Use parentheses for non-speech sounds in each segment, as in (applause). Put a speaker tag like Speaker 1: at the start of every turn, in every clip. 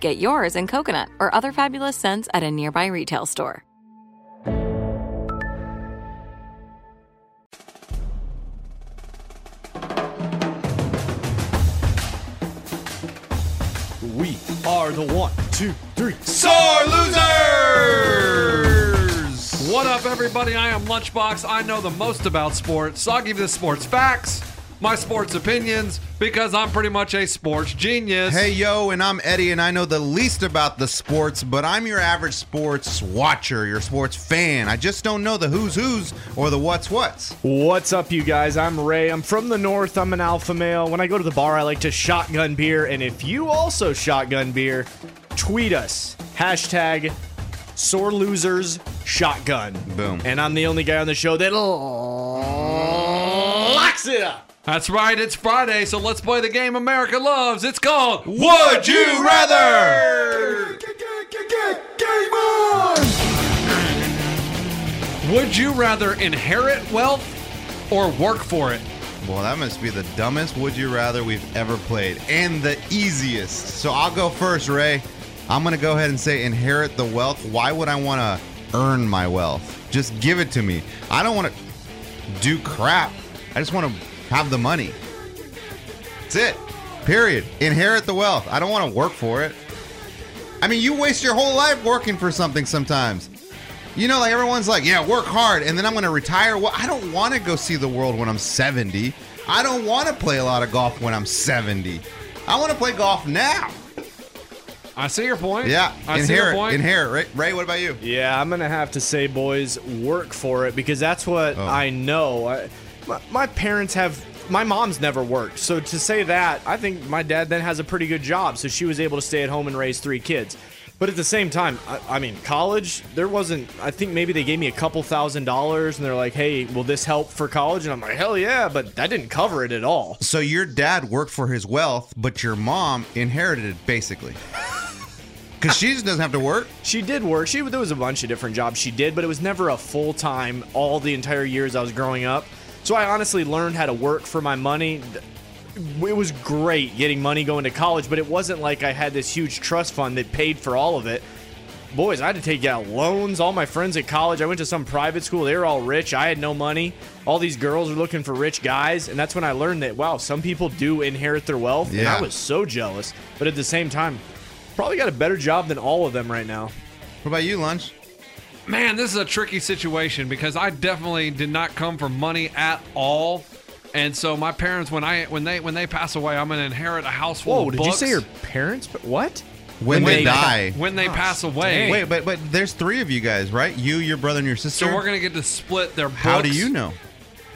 Speaker 1: Get yours in coconut or other fabulous scents at a nearby retail store.
Speaker 2: We are the one, two, three, sore losers. What up, everybody? I am Lunchbox. I know the most about sports, so I'll give you the sports facts, my sports opinions, because I'm pretty much a sports genius.
Speaker 3: Hey yo, and I'm Eddie, and I know the least about the sports, but I'm your average sports watcher, your sports fan. I just don't know the who's who's or the what's what's.
Speaker 4: What's up, you guys? I'm Ray. I'm from the north. I'm an alpha male. When I go to the bar, I like to shotgun beer. And if you also shotgun beer, tweet us. Hashtag sore losers shotgun.
Speaker 3: Boom.
Speaker 4: And I'm the only guy on the show that locks it up.
Speaker 2: That's right, it's Friday, so let's play the game America loves. It's called
Speaker 3: Would you rather?
Speaker 2: Would You Rather Inherit Wealth or Work for It?
Speaker 3: Well, that must be the dumbest would you rather we've ever played, and the easiest. So I'll go first, Ray. I'm gonna go ahead and say inherit the wealth. Why would I want to earn my wealth? Just give it to me. I don't want to do crap. I just want to have the money. That's it. Period. Inherit the wealth. I don't want to work for it. I mean, you waste your whole life working for something sometimes. You know, like everyone's like, yeah, work hard, and then I'm going to retire. Well, I don't want to go see the world when I'm 70. I don't want to play a lot of golf when I'm 70. I want to play golf now.
Speaker 2: I see your point.
Speaker 3: Yeah,
Speaker 2: I see your
Speaker 3: inherit,
Speaker 2: point.
Speaker 3: inherit. Ray, Ray, what about you?
Speaker 4: Yeah, I'm gonna have to say, boys, work for it because that's what
Speaker 3: Oh.
Speaker 4: I know. I, my, my parents have. My mom's never worked, so to say that, I think my dad then has a pretty good job, so she was able to stay at home and raise three kids. But at the same time, I, I mean, college, there wasn't. I think maybe they gave me a couple thousand dollars, and they're like, "Hey, will this help for college?" And I'm like, "Hell yeah!" But that didn't cover it at all.
Speaker 3: So your dad worked for his wealth, but your mom inherited it (laughs) basically. Because she just doesn't have to work.
Speaker 4: She did work. She there was a bunch of different jobs she did, but it was never a full time all the entire years I was growing up. So I honestly learned how to work for my money. Th- It was great getting money going to college, but it wasn't like I had this huge trust fund that paid for all of it. Boys, I had to take out loans. All my friends at college, I went to some private school. They were all rich. I had no money. All these girls were looking for rich guys, and that's when I learned that wow, some people do inherit their wealth. And I
Speaker 3: Yeah.
Speaker 4: was so jealous, but at the same time, probably got a better job than all of them right now.
Speaker 3: What about you, lunch?
Speaker 2: Man, this is a tricky situation because I definitely did not come from money at all. And so my parents, when I when they when they pass away, I'm gonna inherit a house full
Speaker 4: Whoa,
Speaker 2: of
Speaker 4: did
Speaker 2: books.
Speaker 4: you say your parents? What?
Speaker 3: When,
Speaker 4: When
Speaker 3: they,
Speaker 4: they
Speaker 3: die.
Speaker 2: when they pass away?
Speaker 3: Wait, but but there's three of you guys, right? You, your brother, and your sister.
Speaker 2: so we're gonna get to split their. Books.
Speaker 3: How do you know?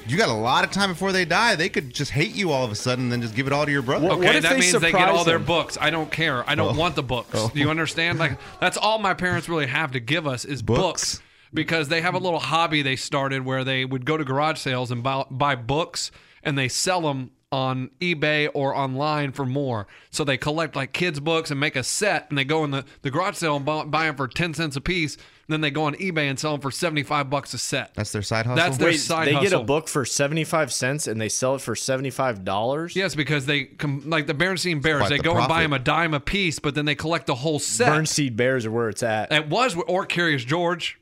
Speaker 3: You got a lot of time before they die. They could just hate you all of a sudden, and then just give it all to your brother.
Speaker 4: Well,
Speaker 2: Okay,
Speaker 4: What if
Speaker 2: that
Speaker 4: they
Speaker 2: means they get
Speaker 4: surprise
Speaker 2: all their
Speaker 4: them?
Speaker 2: books. I don't care. I don't
Speaker 3: Oh.
Speaker 2: want the books.
Speaker 3: Oh.
Speaker 2: Do you understand? Like that's all my parents really have to give us is books.
Speaker 3: Books.
Speaker 2: because they have a little hobby they started where they would go to garage sales and buy, buy books and they sell them on eBay or online for more. So they collect like kids' books and make a set, and they go in the, the garage sale and buy, buy them for ten cents a piece. And then they go on eBay and sell them for seventy five bucks a set.
Speaker 3: That's their side hustle.
Speaker 2: That's their
Speaker 4: Wait,
Speaker 2: side
Speaker 4: they
Speaker 2: hustle.
Speaker 4: get a book for 75 cents and they sell it for $75?
Speaker 2: Yes, because they com- like the Bernstein Bears.
Speaker 3: Quite
Speaker 2: They
Speaker 3: the
Speaker 2: go and
Speaker 3: profit.
Speaker 2: buy them a dime a piece, but then they collect the whole set.
Speaker 4: Bernstein Bears are where it's at.
Speaker 2: It was or Curious George,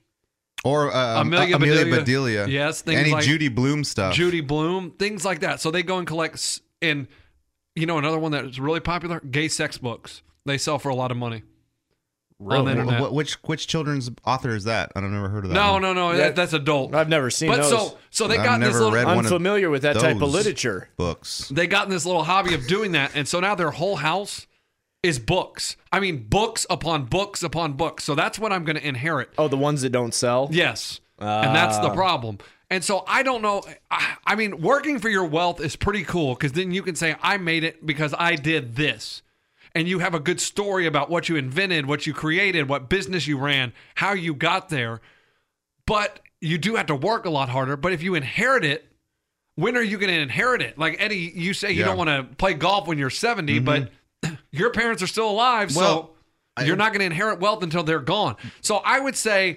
Speaker 3: or uh, um,
Speaker 2: Amelia
Speaker 3: Amelia, Amelia
Speaker 2: Bedelia.
Speaker 3: Bedelia.
Speaker 2: Yes, things
Speaker 3: any
Speaker 2: like-
Speaker 3: Judy Bloom stuff.
Speaker 2: Judy Bloom, things like that. So they go and collect. s- And you know another one that's really popular: gay sex books. They sell for a lot of money.
Speaker 3: Wh-
Speaker 2: on the internet.
Speaker 3: wh- which which children's author is that? I've never heard of that.
Speaker 2: No,
Speaker 3: one.
Speaker 2: no, no. That,
Speaker 4: That-
Speaker 2: that's adult.
Speaker 4: I've never seen
Speaker 2: but
Speaker 4: those.
Speaker 2: so so they
Speaker 3: I've
Speaker 2: got this
Speaker 3: never
Speaker 2: little
Speaker 3: read
Speaker 4: I'm
Speaker 3: one of
Speaker 4: familiar with that type of
Speaker 3: those
Speaker 4: literature.
Speaker 3: Books.
Speaker 2: they got in this little hobby of doing that, and so now their whole house is books. I mean, books upon books upon books. So that's what I'm going to inherit.
Speaker 4: Oh, the ones that don't sell?
Speaker 2: Yes. and that's
Speaker 3: Ah.
Speaker 2: the problem. And so I don't know. I, I mean, working for your wealth is pretty cool because then you can say, I made it because I did this. And you have a good story about what you invented, what you created, what business you ran, how you got there. But you do have to work a lot harder. But if you inherit it, when are you going to inherit it? Like, Eddie, you say you
Speaker 3: Yeah. Mm-hmm.
Speaker 2: don't want to play golf when you're 70, but (clears throat) your parents are still alive. so
Speaker 3: Well,
Speaker 2: you're not going to inherit wealth until they're gone. So I would say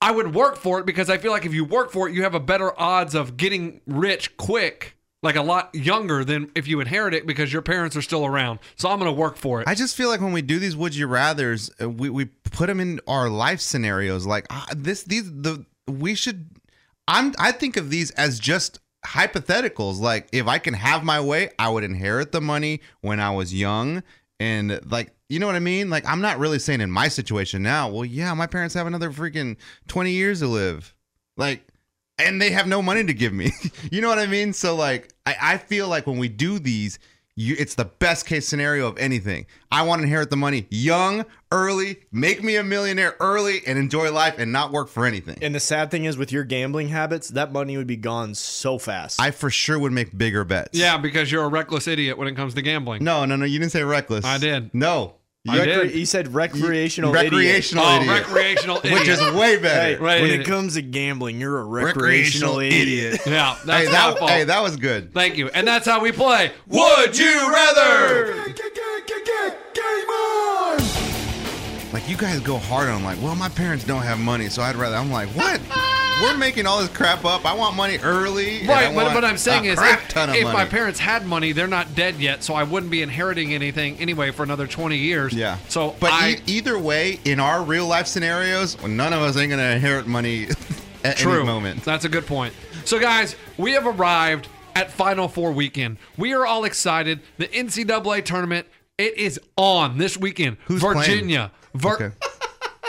Speaker 2: I would work for it because I feel like if you work for it, you have a better odds of getting rich quick, like a lot younger than if you inherit it because your parents are still around. So I'm going to work for it.
Speaker 3: I just feel like when we do these would you rather's, uh, we we put them in our life scenarios. Like ah, this, these the we should. I'm I think of these as just hypotheticals. Like if I can have my way, I would inherit the money when I was young, and like you know what I mean. Like I'm not really saying in my situation now. Well, yeah, my parents have another freaking twenty years to live. Like and they have no money to give me. (laughs) you know what I mean? So like I, I feel like when we do these, you, it's the best case scenario of anything. I want to inherit the money young, early, make me a millionaire early and enjoy life and not work for anything.
Speaker 4: And the sad thing is, with your gambling habits, that money would be gone so fast.
Speaker 3: I for sure would make bigger bets.
Speaker 2: yeah, because you're a reckless idiot when it comes to gambling.
Speaker 3: No, no, no, you didn't say reckless.
Speaker 2: I did.
Speaker 3: No.
Speaker 2: I
Speaker 3: Recre-
Speaker 2: did.
Speaker 4: he said recreational. idiot.
Speaker 3: Recreational
Speaker 2: Oh,
Speaker 3: idiot.
Speaker 2: recreational
Speaker 3: (laughs)
Speaker 2: idiot.
Speaker 3: Which is
Speaker 4: Hey,
Speaker 3: way better.
Speaker 2: Right.
Speaker 4: When it comes to gambling, you're a recreational, idiot.
Speaker 2: yeah,
Speaker 3: hey,
Speaker 2: that's my
Speaker 3: that,
Speaker 2: fault.
Speaker 3: hey, that was good.
Speaker 2: Thank you. And that's how we play. Would you rather?
Speaker 3: Like you guys go hard on like, well, my parents don't have money, so I'd rather. I'm like, what? We're making all this crap up. I want money early. and I
Speaker 2: Right, but
Speaker 3: want
Speaker 2: what I'm saying
Speaker 3: a
Speaker 2: is,
Speaker 3: crap
Speaker 2: if,
Speaker 3: ton of
Speaker 2: if
Speaker 3: money.
Speaker 2: my parents had money, they're not dead yet, so I wouldn't be inheriting anything anyway for another 20 years.
Speaker 3: Yeah.
Speaker 2: So,
Speaker 3: but
Speaker 2: I,
Speaker 3: e- either way, in our real life scenarios, none of us ain't gonna inherit money (laughs) at
Speaker 2: True.
Speaker 3: any moment.
Speaker 2: That's a good point. So, guys, we have arrived at Final Four weekend. We are all excited. The NCAA tournament it is on this weekend.
Speaker 3: Who's playing?
Speaker 2: Virginia? Vir-
Speaker 3: Okay.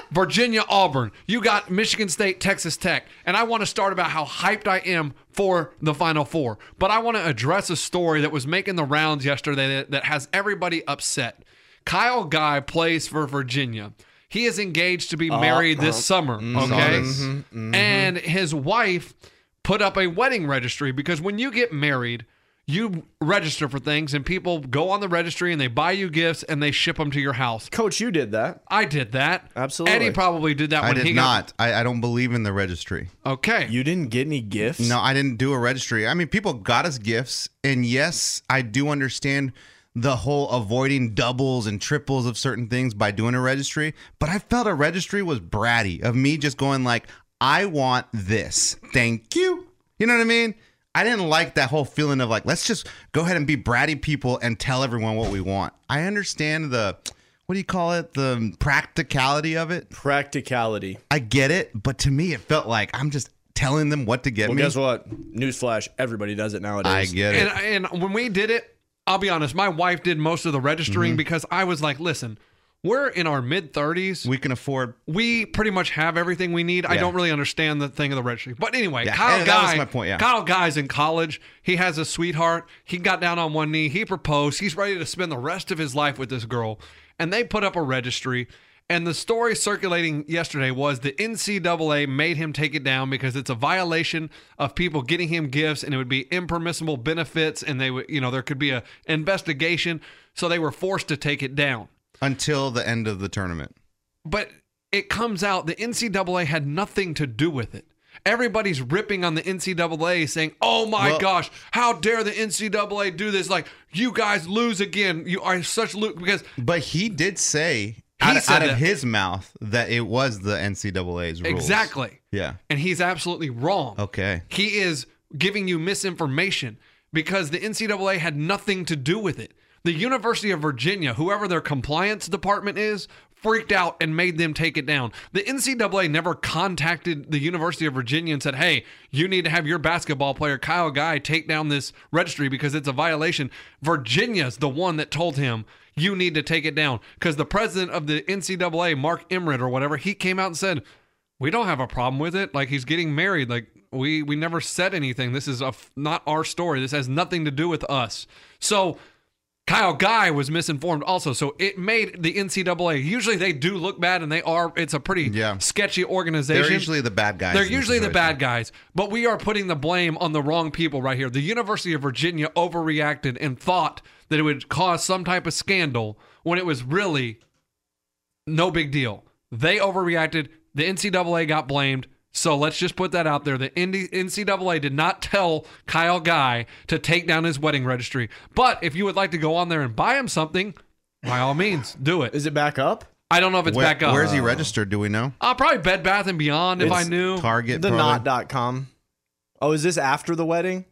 Speaker 2: Virginia Auburn. You got Michigan State, Texas Tech. And I want to start about how hyped I am for the Final Four. But I want to address a story that was making the rounds yesterday that, that has everybody upset. Kyle Guy plays for Virginia. He is engaged to be married this summer. Okay.
Speaker 3: this. Mhm,
Speaker 2: And his wife put up a wedding registry because when you get married, you register for things and people go on the registry and they buy you gifts and they ship them to your house.
Speaker 4: Coach, you did that.
Speaker 2: I did that.
Speaker 4: Absolutely.
Speaker 2: Eddie probably did that
Speaker 3: I
Speaker 2: when he
Speaker 3: did
Speaker 2: got-
Speaker 3: not. I, I don't believe in the registry.
Speaker 2: Okay.
Speaker 4: You didn't get any gifts.
Speaker 3: No, I didn't do a registry. I mean, people got us gifts, and yes, I do understand the whole avoiding doubles and triples of certain things by doing a registry, but I felt a registry was bratty of me just going like, "I want this, thank you." You know what I mean? I didn't like that whole feeling of like, let's just go ahead and be bratty people and tell everyone what we want. I understand the, what do you call it, the practicality of it.
Speaker 4: practicality.
Speaker 3: I get it, but to me, it felt like I'm just telling them what to get
Speaker 4: Well,
Speaker 3: me.
Speaker 4: guess what? Newsflash: everybody does it nowadays.
Speaker 3: I get it.
Speaker 2: And, and when we did it, I'll be honest, my wife did most of the registering
Speaker 3: Mm-hmm.
Speaker 2: because I was like, listen, we're in our mid 30s. We,
Speaker 3: we can afford.
Speaker 2: pretty much have everything we need. I
Speaker 3: Yeah.
Speaker 2: don't really understand the thing of the registry. But anyway,
Speaker 3: Yeah,
Speaker 2: Kyle
Speaker 3: and that
Speaker 2: Guy.
Speaker 3: was my point, yeah.
Speaker 2: Kyle Guy's in college. He has a sweetheart. He got down on one knee. He proposed. He's ready to spend the rest of his life with this girl. And they put up a registry. And the story circulating yesterday was the NCAA made him take it down because it's a violation of people getting him gifts and it would be impermissible benefits and they would, you know, there could be a investigation. So they were forced to take it down.
Speaker 3: until the end of the tournament.
Speaker 2: But it comes out the NCAA had nothing to do with it. Everybody's ripping on the NCAA saying, oh my
Speaker 3: Well-
Speaker 2: gosh, how dare the NCAA do this? Like, you guys lose again. You are such loot because
Speaker 3: But he did say out, of-
Speaker 2: said
Speaker 3: out of
Speaker 2: that.
Speaker 3: his mouth that it was the NCAA's rules.
Speaker 2: Exactly.
Speaker 3: Yeah.
Speaker 2: And he's absolutely wrong.
Speaker 3: Okay.
Speaker 2: He is giving you misinformation because the NCAA had nothing to do with it. The University of Virginia, whoever their compliance department is, freaked out and made them take it down. The NCAA never contacted the University of Virginia and said, hey, you need to have your basketball player, Kyle Guy, take down this registry because it's a violation. Virginia's the one that told him, you need to take it down. Because the president of the NCAA, Mark Emmerich or whatever, he came out and said, we don't have a problem with it. Like he's getting married. Like we we never said anything. This is a f- not our story. This has nothing to do with us. So Kyle Guy was misinformed also. So it made the NCAA. Usually they do look bad, and they are. It's a pretty
Speaker 3: Yeah.
Speaker 2: sketchy organization.
Speaker 3: They're usually the bad guys.
Speaker 2: They're
Speaker 3: in this
Speaker 2: usually the
Speaker 3: situation.
Speaker 2: bad guys, but we are putting the blame on the wrong people right here. The University of Virginia overreacted and thought that it would cause some type of scandal when it was really no big deal. They overreacted. The NCAA got blamed. So let's just put that out there. The ND NCAA did not tell Kyle Guy to take down his wedding registry. But if you would like to go on there and buy him something, by all means, do it.
Speaker 4: Is it back up?
Speaker 2: I don't know if it's
Speaker 3: Where-
Speaker 2: back up.
Speaker 3: Where's he registered? Do we know?
Speaker 2: I'll probably Bed Bath and Beyond if I
Speaker 4: It's
Speaker 2: knew.
Speaker 3: Target.
Speaker 4: The
Speaker 3: probably?
Speaker 4: knot.com. Oh, is this after the wedding?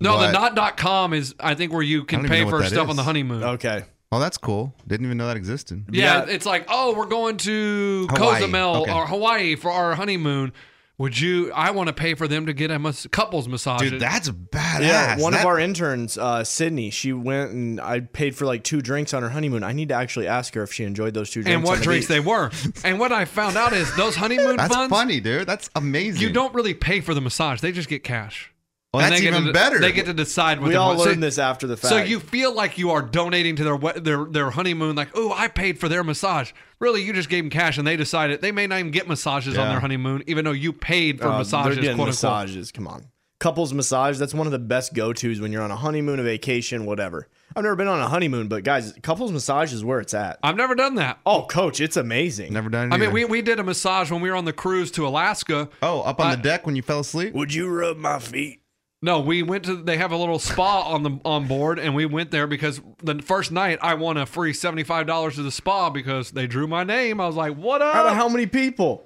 Speaker 2: No, the
Speaker 3: But-
Speaker 2: not.com is I think where you
Speaker 3: I
Speaker 2: can
Speaker 3: don't even
Speaker 2: pay
Speaker 3: know what
Speaker 2: for
Speaker 3: that
Speaker 2: stuff
Speaker 3: is.
Speaker 2: on the honeymoon.
Speaker 4: Okay.
Speaker 3: Oh, that's cool. Didn't even know that existed.
Speaker 2: Yeah,
Speaker 4: Yeah.
Speaker 2: it's like, oh, we're going to
Speaker 3: Hawaii.
Speaker 2: Cozumel
Speaker 3: Okay.
Speaker 2: or Hawaii for our honeymoon. Would you? I want to pay for them to get a mas- couples massage.
Speaker 3: Dude, that's badass.
Speaker 4: Yeah, one
Speaker 3: That-
Speaker 4: of our interns, uh, Sydney, she went and I paid for like two drinks on her honeymoon. I need to actually ask her if she enjoyed those two drinks.
Speaker 2: and
Speaker 4: on
Speaker 2: what
Speaker 4: the
Speaker 2: drinks
Speaker 4: beach.
Speaker 2: they were. And what I found out is those
Speaker 3: (laughs)
Speaker 2: honeymoon
Speaker 3: That's
Speaker 2: funds,
Speaker 3: funny, dude. That's amazing.
Speaker 2: you don't really pay for the massage; they just get cash.
Speaker 3: Well,
Speaker 2: And
Speaker 3: that's
Speaker 2: they get
Speaker 3: even
Speaker 2: to-
Speaker 3: better.
Speaker 2: They get to decide what
Speaker 4: We
Speaker 2: they
Speaker 4: all
Speaker 2: want. So-
Speaker 4: learned this after the fact. Um,
Speaker 2: So you feel like you are donating to their we- their their honeymoon, like, oh, I paid for their massage. Really, you just gave them cash, and they decided they may not even get massages on
Speaker 3: Yeah.
Speaker 2: their honeymoon, even though you paid for
Speaker 4: Uh,
Speaker 2: massages.
Speaker 4: They're getting
Speaker 2: quote unquote.
Speaker 4: massages. Come on, couples massage. That's one of the best go tos when you're on a honeymoon, a vacation, whatever. I've never been on a honeymoon, but guys, couples massage is where it's at.
Speaker 2: I've never done that.
Speaker 4: Oh, coach, it's amazing.
Speaker 3: Never done it.
Speaker 2: I mean,
Speaker 3: either.
Speaker 2: we, we did a massage when we were on the cruise to Alaska.
Speaker 3: Oh, up on the deck when you fell asleep?
Speaker 4: Would you rub my feet?
Speaker 2: No, we went to. They have a little spa on the on board, and we went there because the first night I won a free seventy five dollars to the spa because they drew my name. I was like, what
Speaker 4: Out of
Speaker 2: up?
Speaker 4: how many people?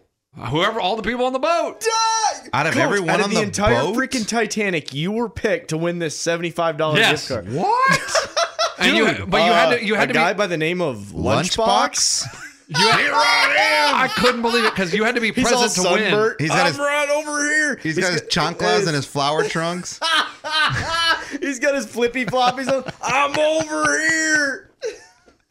Speaker 2: Whoever, all the people on the boat.
Speaker 3: Out of
Speaker 4: Coach,
Speaker 3: everyone
Speaker 4: out of
Speaker 3: on
Speaker 4: the,
Speaker 3: the
Speaker 4: entire
Speaker 3: boat?
Speaker 4: freaking Titanic, you were picked to win this seventy-five dollars gift
Speaker 2: Yes.
Speaker 4: card. Uh,
Speaker 3: What?
Speaker 2: And you had, but you had to. You had
Speaker 4: a
Speaker 2: to
Speaker 4: guy
Speaker 2: be.
Speaker 4: by the name of Lunchbox.
Speaker 3: Lunchbox?
Speaker 2: You had, I couldn't believe it because you had to be
Speaker 4: He's all
Speaker 2: present to win.
Speaker 4: sunburnt.
Speaker 3: He's got
Speaker 4: I'm
Speaker 3: his-
Speaker 4: right over here.
Speaker 3: He's got his chanclas and his
Speaker 2: (laughs)
Speaker 3: flower trunks.
Speaker 4: He's got his flippy floppies on. I'm over here.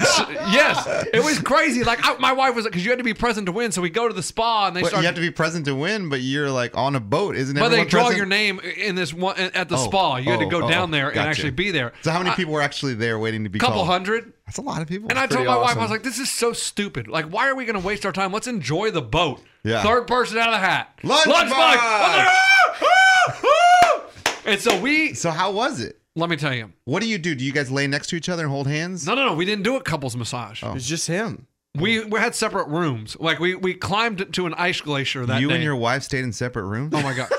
Speaker 2: yes, it was crazy. Like I, my wife was because you had to be present to win. So we go to the spa and they
Speaker 3: But
Speaker 2: start.
Speaker 3: you have to be present to win, but you're like on a boat, isn't it?
Speaker 2: but they draw your name in this one at the
Speaker 3: Oh,
Speaker 2: spa. You had to
Speaker 3: oh,
Speaker 2: go
Speaker 3: oh,
Speaker 2: down there and
Speaker 3: gotcha.
Speaker 2: actually be there.
Speaker 3: So how many
Speaker 2: I-
Speaker 3: people were actually there waiting to be
Speaker 2: couple
Speaker 3: called?
Speaker 2: hundred.
Speaker 3: That's a lot of people.
Speaker 2: And I told
Speaker 4: pretty
Speaker 2: my wife, I was
Speaker 4: awesome.
Speaker 2: like, "This is so stupid. Like, why are we going to waste our time? Let's enjoy the boat."
Speaker 3: Yeah.
Speaker 2: Third person out of the hat.
Speaker 3: Lunchbox!
Speaker 2: Lunchbox! I was like, "Ah! Ah! Ah!" And so we.
Speaker 3: so how was it?
Speaker 2: Let me tell you.
Speaker 3: What do you do? Do you guys lay next to each other and hold hands?
Speaker 2: No, no, no. We didn't do a couples massage.
Speaker 4: It's just him.
Speaker 2: We we had separate rooms. Like we we climbed to an ice glacier that
Speaker 3: you
Speaker 2: day.
Speaker 3: and your wife stayed in separate rooms. (laughs)
Speaker 2: oh my god.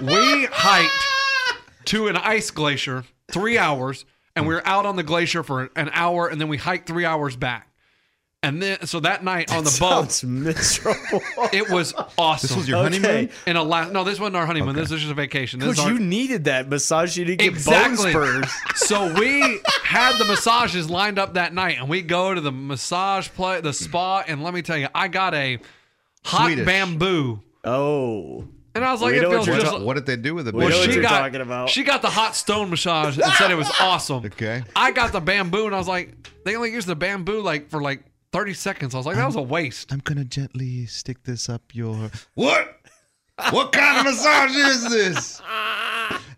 Speaker 2: we hiked to an ice glacier three hours, and we were out on the glacier for an hour, and then we hiked three hours back. And then so that night on the boat,
Speaker 4: Sounds miserable.
Speaker 2: it was awesome.
Speaker 3: This was your
Speaker 4: Okay.
Speaker 3: honeymoon.
Speaker 2: in a last. No, this wasn't our honeymoon. This was just a vacation. This
Speaker 4: Coach,
Speaker 2: is our-
Speaker 4: you needed that massage. You didn't get
Speaker 2: Exactly.
Speaker 4: bone spurs.
Speaker 2: (laughs) so we had the massages lined up that night, and we go to the massage play, the spa, and let me tell you, I got a hot
Speaker 3: Swedish.
Speaker 2: bamboo,
Speaker 4: Oh.
Speaker 2: and I was like,
Speaker 4: We
Speaker 2: it
Speaker 4: know what
Speaker 2: feels
Speaker 4: you're
Speaker 2: just.
Speaker 4: ta-
Speaker 2: like-
Speaker 3: What did they do with it?
Speaker 4: We know
Speaker 3: baby?
Speaker 4: what
Speaker 2: she
Speaker 4: you're
Speaker 2: got
Speaker 4: talking about.
Speaker 2: she got the hot stone massage and said
Speaker 4: (laughs)
Speaker 2: it was awesome.
Speaker 3: Okay.
Speaker 2: I got the bamboo and I was like, they only used the bamboo like for like thirty seconds. I was like, that was a waste.
Speaker 3: I'm gonna gently stick this up your. What? What kind of massage is
Speaker 2: (laughs)
Speaker 3: this?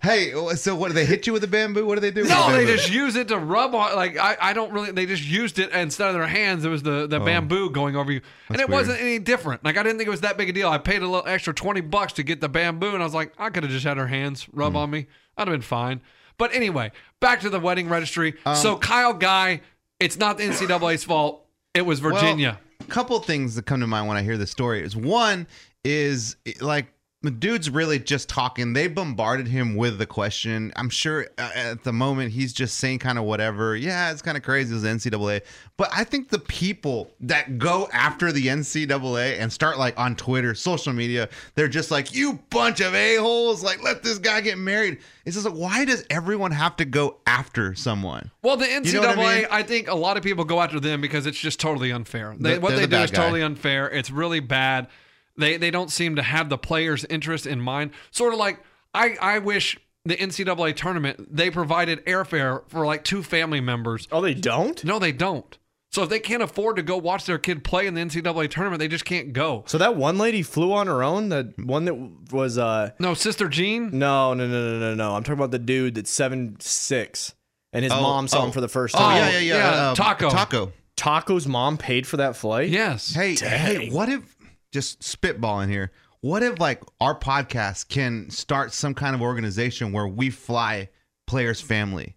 Speaker 3: Hey, so what? do They hit you with a bamboo? What do they do? with
Speaker 2: No,
Speaker 3: the
Speaker 2: they
Speaker 3: bamboo?
Speaker 2: just use it to rub on. Like I, I don't really. They just used it instead of their hands. It was the, the bamboo going over you,
Speaker 3: Oh.
Speaker 2: and
Speaker 3: That's
Speaker 2: it
Speaker 3: weird.
Speaker 2: wasn't any different. Like I didn't think it was that big a deal. I paid a little extra twenty bucks to get the bamboo, and I was like, I could have just had her hands rub
Speaker 3: Hmm.
Speaker 2: on me. I'd have been fine. But anyway, back to the wedding registry. so
Speaker 3: Um,
Speaker 2: Kyle Guy, it's not the NCAA's fault. It was Virginia.
Speaker 3: Well, couple things that come to mind when I hear this story is one is like The dude's really just talking. They bombarded him with the question. I'm sure uh, at the moment he's just saying kind of whatever. Yeah, it's kind of crazy. It was NCAA. But I think the people that go after the NCAA and start like on Twitter, social media, they're just like, you bunch of a-holes. Like, let this guy get married. It's just like, why does everyone have to go after someone?
Speaker 2: Well, the NCAA,
Speaker 3: You know what I
Speaker 2: I,
Speaker 3: mean?
Speaker 2: think a lot of people go after them because it's just totally unfair. They,
Speaker 3: Th-
Speaker 2: what
Speaker 3: they're
Speaker 2: they
Speaker 3: the
Speaker 2: do
Speaker 3: bad
Speaker 2: is
Speaker 3: guy.
Speaker 2: totally unfair. It's really bad. They they don't seem to have the players' interest in mind. Sort of like I I wish the NCAA tournament they provided airfare for like two family members.
Speaker 4: Oh, they don't.
Speaker 2: No, they don't. So if they can't afford to go watch their kid play in the NCAA tournament, they just can't go.
Speaker 4: So that one lady flew on her own. The one that was uh
Speaker 2: No, sister Jean.
Speaker 4: no no no no no no. I'm talking about the dude that's seven six and his mom saw him for the first
Speaker 3: Oh,
Speaker 4: time.
Speaker 3: yeah, yeah, yeah.
Speaker 2: yeah, Taco.
Speaker 3: Taco.
Speaker 4: Taco's mom paid for that flight.
Speaker 2: Yes.
Speaker 3: Hey, hey, what if just spitballing here? What if like our podcast can start some kind of organization where we fly players' family?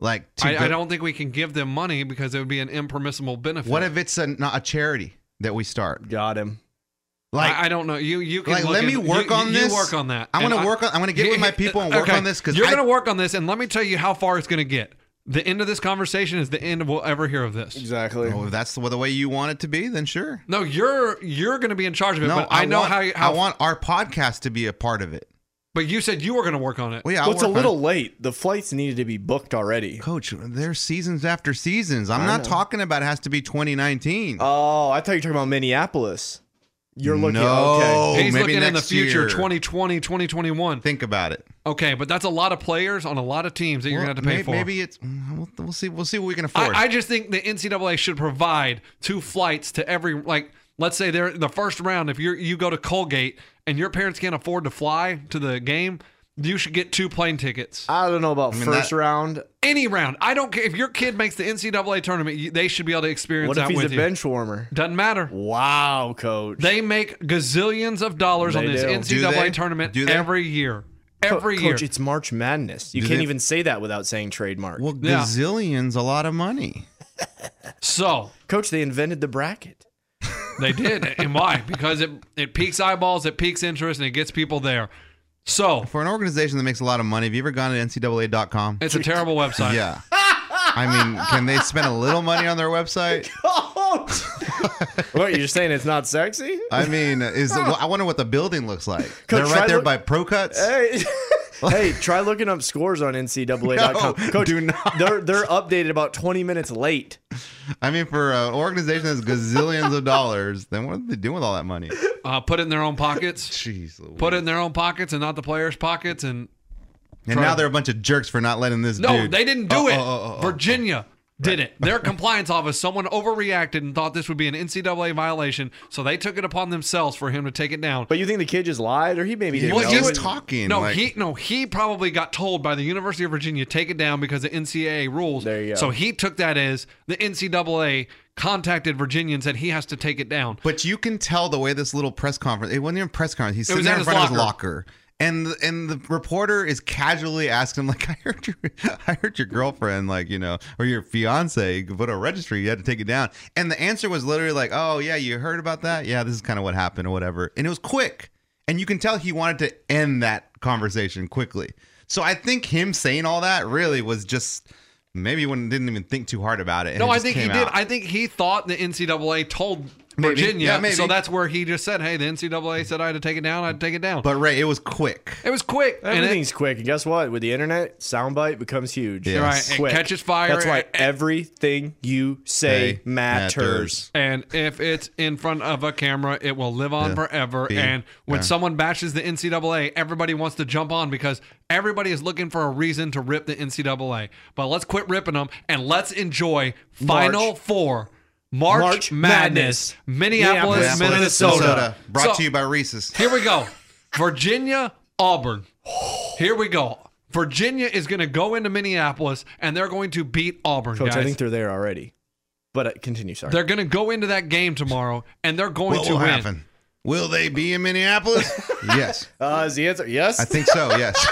Speaker 3: Like, to
Speaker 2: I,
Speaker 3: go-
Speaker 2: I don't think we can give them money because it would be an impermissible benefit.
Speaker 3: What if it's a not a charity that we start?
Speaker 4: Got him.
Speaker 3: Like,
Speaker 2: I, I don't know. You you can
Speaker 3: like
Speaker 2: look
Speaker 3: let me
Speaker 2: in-
Speaker 3: work
Speaker 2: you-
Speaker 3: on
Speaker 2: you
Speaker 3: this.
Speaker 2: work on that.
Speaker 3: I'm
Speaker 2: And
Speaker 3: gonna work on. I'm gonna get with
Speaker 2: (laughs)
Speaker 3: my people and work
Speaker 2: Okay.
Speaker 3: on this because
Speaker 2: you're
Speaker 3: I,
Speaker 2: gonna work on this, and let me tell you how far it's gonna get. The end of this conversation is the end we'll ever hear of this.
Speaker 4: Exactly.
Speaker 3: Oh, if that's the, the way you want it to be, then sure.
Speaker 2: No, you're you're gonna be in charge of it.
Speaker 3: No,
Speaker 2: but I, know
Speaker 3: want,
Speaker 2: how you- how.
Speaker 3: I want our podcast to be a part of it.
Speaker 2: but you said you were gonna work on it.
Speaker 3: Well, yeah, I'll
Speaker 4: Well, it's a
Speaker 3: work on it.
Speaker 4: little late. The flights needed to be booked already.
Speaker 3: Coach, there's seasons after seasons. I'm not talking about it has to be 2019.
Speaker 2: Uh,
Speaker 4: Oh, I thought you were talking about Minneapolis. You're looking
Speaker 3: No.
Speaker 4: okay.
Speaker 3: Oh,
Speaker 2: He's
Speaker 3: maybe
Speaker 2: looking in the
Speaker 3: next
Speaker 2: future,
Speaker 3: year.
Speaker 2: 2020, 2021.
Speaker 3: Think about it.
Speaker 2: Okay, but that's a lot of players on a lot of teams that you're
Speaker 3: Well,
Speaker 2: gonna have to pay
Speaker 3: may-
Speaker 2: for.
Speaker 3: Maybe it's mm, we'll, we'll see. We'll see what we can afford.
Speaker 2: I, I just think the NCAA should provide two flights to every like. Let's say they're the first round. If you you go to Colgate and your parents can't afford to fly to the game, you should get two plane tickets.
Speaker 4: I don't know about
Speaker 3: mean,
Speaker 4: first
Speaker 3: that-
Speaker 4: round.
Speaker 2: Any round, I don't care if your kid makes the NCAA tournament. You, they should be able to experience
Speaker 4: What if
Speaker 2: that
Speaker 4: he's a
Speaker 2: with you.
Speaker 4: bench warmer?
Speaker 2: Doesn't matter.
Speaker 4: Wow, coach.
Speaker 2: They make gazillions of dollars on
Speaker 4: They
Speaker 2: this
Speaker 4: do.
Speaker 3: Do
Speaker 2: NCAA
Speaker 3: they?
Speaker 2: tournament
Speaker 3: Do they?
Speaker 2: every year.
Speaker 4: Co-
Speaker 2: Every year.
Speaker 4: coach, it's March Madness. You
Speaker 3: Do
Speaker 4: can't
Speaker 3: they-
Speaker 4: even say that without saying trademark.
Speaker 3: well,
Speaker 2: Yeah.
Speaker 3: gazillions, a lot of money.
Speaker 2: so
Speaker 4: coach, they invented the bracket.
Speaker 2: They did. and why? Because it it peaks eyeballs, it peaks interest, and it gets people there. So
Speaker 3: For an organization that makes a lot of money, have you ever gone to NCAA.com?
Speaker 2: it's a terrible
Speaker 3: (laughs)
Speaker 2: website.
Speaker 3: yeah. I mean, can they spend a little money on their website?
Speaker 4: (laughs) what you're saying? It's not sexy?
Speaker 3: I mean, is I wonder what the building looks like.
Speaker 4: (laughs)
Speaker 3: They're
Speaker 4: Coach, try
Speaker 3: right there
Speaker 4: look-
Speaker 3: by Procuts.
Speaker 4: (laughs) Hey, hey, try looking up scores on NCAA.com.
Speaker 3: No,
Speaker 4: coach,
Speaker 3: do not.
Speaker 4: They're they're updated about 20 minutes late.
Speaker 3: I mean, for an organization that's gazillions of dollars, then what are they doing with all that money?
Speaker 2: Uh, put it in their
Speaker 3: (laughs)
Speaker 2: own pockets.
Speaker 3: Jeez.
Speaker 2: Put it in their own pockets and not the players' pockets. And
Speaker 3: and now they're a bunch of jerks for not letting this
Speaker 2: no,
Speaker 3: dude.
Speaker 2: they didn't do
Speaker 3: Oh,
Speaker 2: it.
Speaker 3: oh, oh, oh, oh.
Speaker 2: Virginia did it. Their compliance office, someone overreacted and thought this would be an NCAA violation, so they took it upon themselves for him to take it down.
Speaker 4: But you think the kid just lied, or he maybe didn't
Speaker 3: Well,
Speaker 4: know?
Speaker 3: he was
Speaker 2: would-
Speaker 3: talking,
Speaker 2: No,
Speaker 3: like-
Speaker 2: he no he probably got told by the University of Virginia take it down because of NCAA rules.
Speaker 4: There you go.
Speaker 2: So he took that as the NCAA contacted Virginia and said he has to take it down.
Speaker 3: But you can tell the way this little press conference. It wasn't even a press conference. He's
Speaker 2: It
Speaker 3: sitting
Speaker 2: was
Speaker 3: there
Speaker 2: at
Speaker 3: in
Speaker 2: his
Speaker 3: front of his locker, and the, and the reporter is casually asking, like, (laughs) I heard your I heard your girlfriend, like, you know, or your fiance put a registry. You had to take it down, and the answer was literally like, Oh yeah, you heard about that? Yeah, this is kind of what happened or whatever. And it was quick, and you can tell he wanted to end that conversation quickly. So I think him saying all that really was just maybe when didn't even think too hard about it. and
Speaker 2: No,
Speaker 3: it
Speaker 2: I
Speaker 3: just
Speaker 2: think he
Speaker 3: came
Speaker 2: did.
Speaker 3: out.
Speaker 2: I think he thought the NCAA told
Speaker 3: Maybe.
Speaker 2: Virginia,
Speaker 3: Yeah, maybe.
Speaker 2: so that's where he just said, "Hey, the NCAA said I had to take it down. I had to take it down."
Speaker 3: but Ray, it was quick.
Speaker 2: it was quick. and it-
Speaker 4: Everything's quick, and guess what? With the internet, soundbite becomes huge.
Speaker 3: Yeah. Right,
Speaker 2: it catches fire.
Speaker 4: That's why
Speaker 2: It-
Speaker 4: everything you say
Speaker 3: Hey,
Speaker 4: matters.
Speaker 2: And if it's in front of a camera, it will live on
Speaker 3: Yeah.
Speaker 2: forever.
Speaker 3: Be-
Speaker 2: and when
Speaker 3: yeah.
Speaker 2: someone bashes the NCAA, everybody wants to jump on because everybody is looking for a reason to rip the NCAA. But let's quit ripping them and let's enjoy Final
Speaker 4: March.
Speaker 2: Four. March,
Speaker 4: March
Speaker 2: Madness,
Speaker 4: Madness.
Speaker 2: Minneapolis,
Speaker 4: Minneapolis,
Speaker 2: Minnesota.
Speaker 4: Minnesota.
Speaker 3: Brought
Speaker 2: So-
Speaker 3: to you by Reese's.
Speaker 2: Here we go. Virginia, Auburn. Here we go. Virginia is going to go into Minneapolis and they're going to beat Auburn,
Speaker 4: Coach,
Speaker 2: guys.
Speaker 4: I think they're there already. But uh, continue, sorry.
Speaker 2: they're going to go into that game tomorrow and they're going
Speaker 3: what
Speaker 2: to
Speaker 3: will
Speaker 2: win.
Speaker 3: happen? Will they be in
Speaker 2: (laughs)
Speaker 3: Minneapolis? yes,
Speaker 4: Uh, is the answer yes?
Speaker 3: I think so. Yes,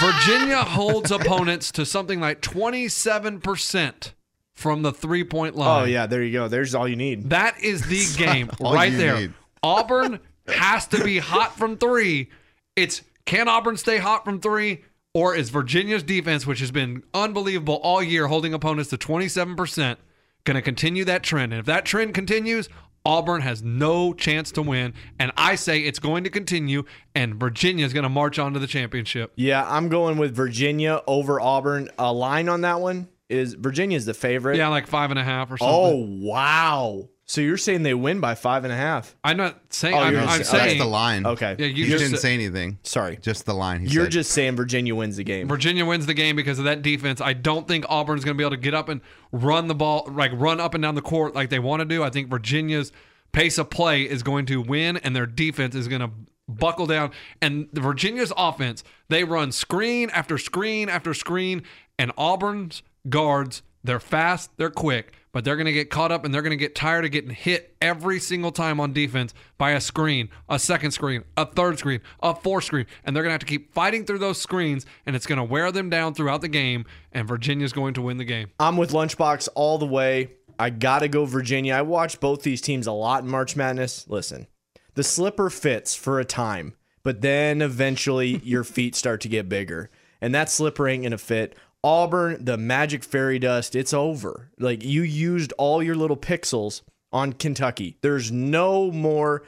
Speaker 2: Virginia holds opponents to something like 27% from the three point
Speaker 4: oh
Speaker 2: line.
Speaker 3: (laughs)
Speaker 4: yeah, there you go. There's all you need.
Speaker 2: That is the game
Speaker 3: all
Speaker 2: right
Speaker 3: you
Speaker 2: there.
Speaker 3: need.
Speaker 2: Auburn has to be hot from three. It's can Auburn stay hot from three, or is Virginia's defense, which has been unbelievable all year, holding opponents to 27%, going to continue that trend? And if that trend continues, Auburn has no chance to win. And I say it's going to continue, and Virginia is going to march on to the championship.
Speaker 4: Yeah, I'm going with Virginia over Auburn. A line on that one is Virginia's the favorite.
Speaker 2: Yeah, like five and a half or something.
Speaker 4: oh, wow. So you're saying they win by five and a half?
Speaker 2: I'm not saying.
Speaker 4: Oh,
Speaker 2: I'm,
Speaker 4: you're
Speaker 2: I'm
Speaker 4: just-
Speaker 3: Oh,
Speaker 2: saying
Speaker 3: that's the line.
Speaker 4: Okay.
Speaker 2: Yeah, you
Speaker 3: You,
Speaker 2: just
Speaker 3: didn't
Speaker 2: said-
Speaker 3: say anything.
Speaker 4: Sorry.
Speaker 3: Just the line. He
Speaker 4: You're
Speaker 3: said.
Speaker 4: just saying Virginia wins the game.
Speaker 2: Virginia wins the game because of that defense. I don't think Auburn's going to be able to get up and run the ball, like run up and down the court like they want to do. I think Virginia's pace of play is going to win, and their defense is going to buckle down. And the Virginia's offense, they run screen after screen after screen, and Auburn's guards, they're fast, they're quick, but they're going to get caught up and they're going to get tired of getting hit every single time on defense by a screen, a second screen, a third screen, a fourth screen, and they're going to have to keep fighting through those screens and it's going to wear them down throughout the game and Virginia's going to win the game.
Speaker 4: I'm with Lunchbox all the way. I gotta go Virginia. I watched both these teams a lot in March Madness. Listen, the slipper fits for a time, but then eventually your feet start to get bigger, and that slipper ain't gonna fit. Auburn, the magic fairy dust, it's over. Like you used all your little pixels on Kentucky. There's no more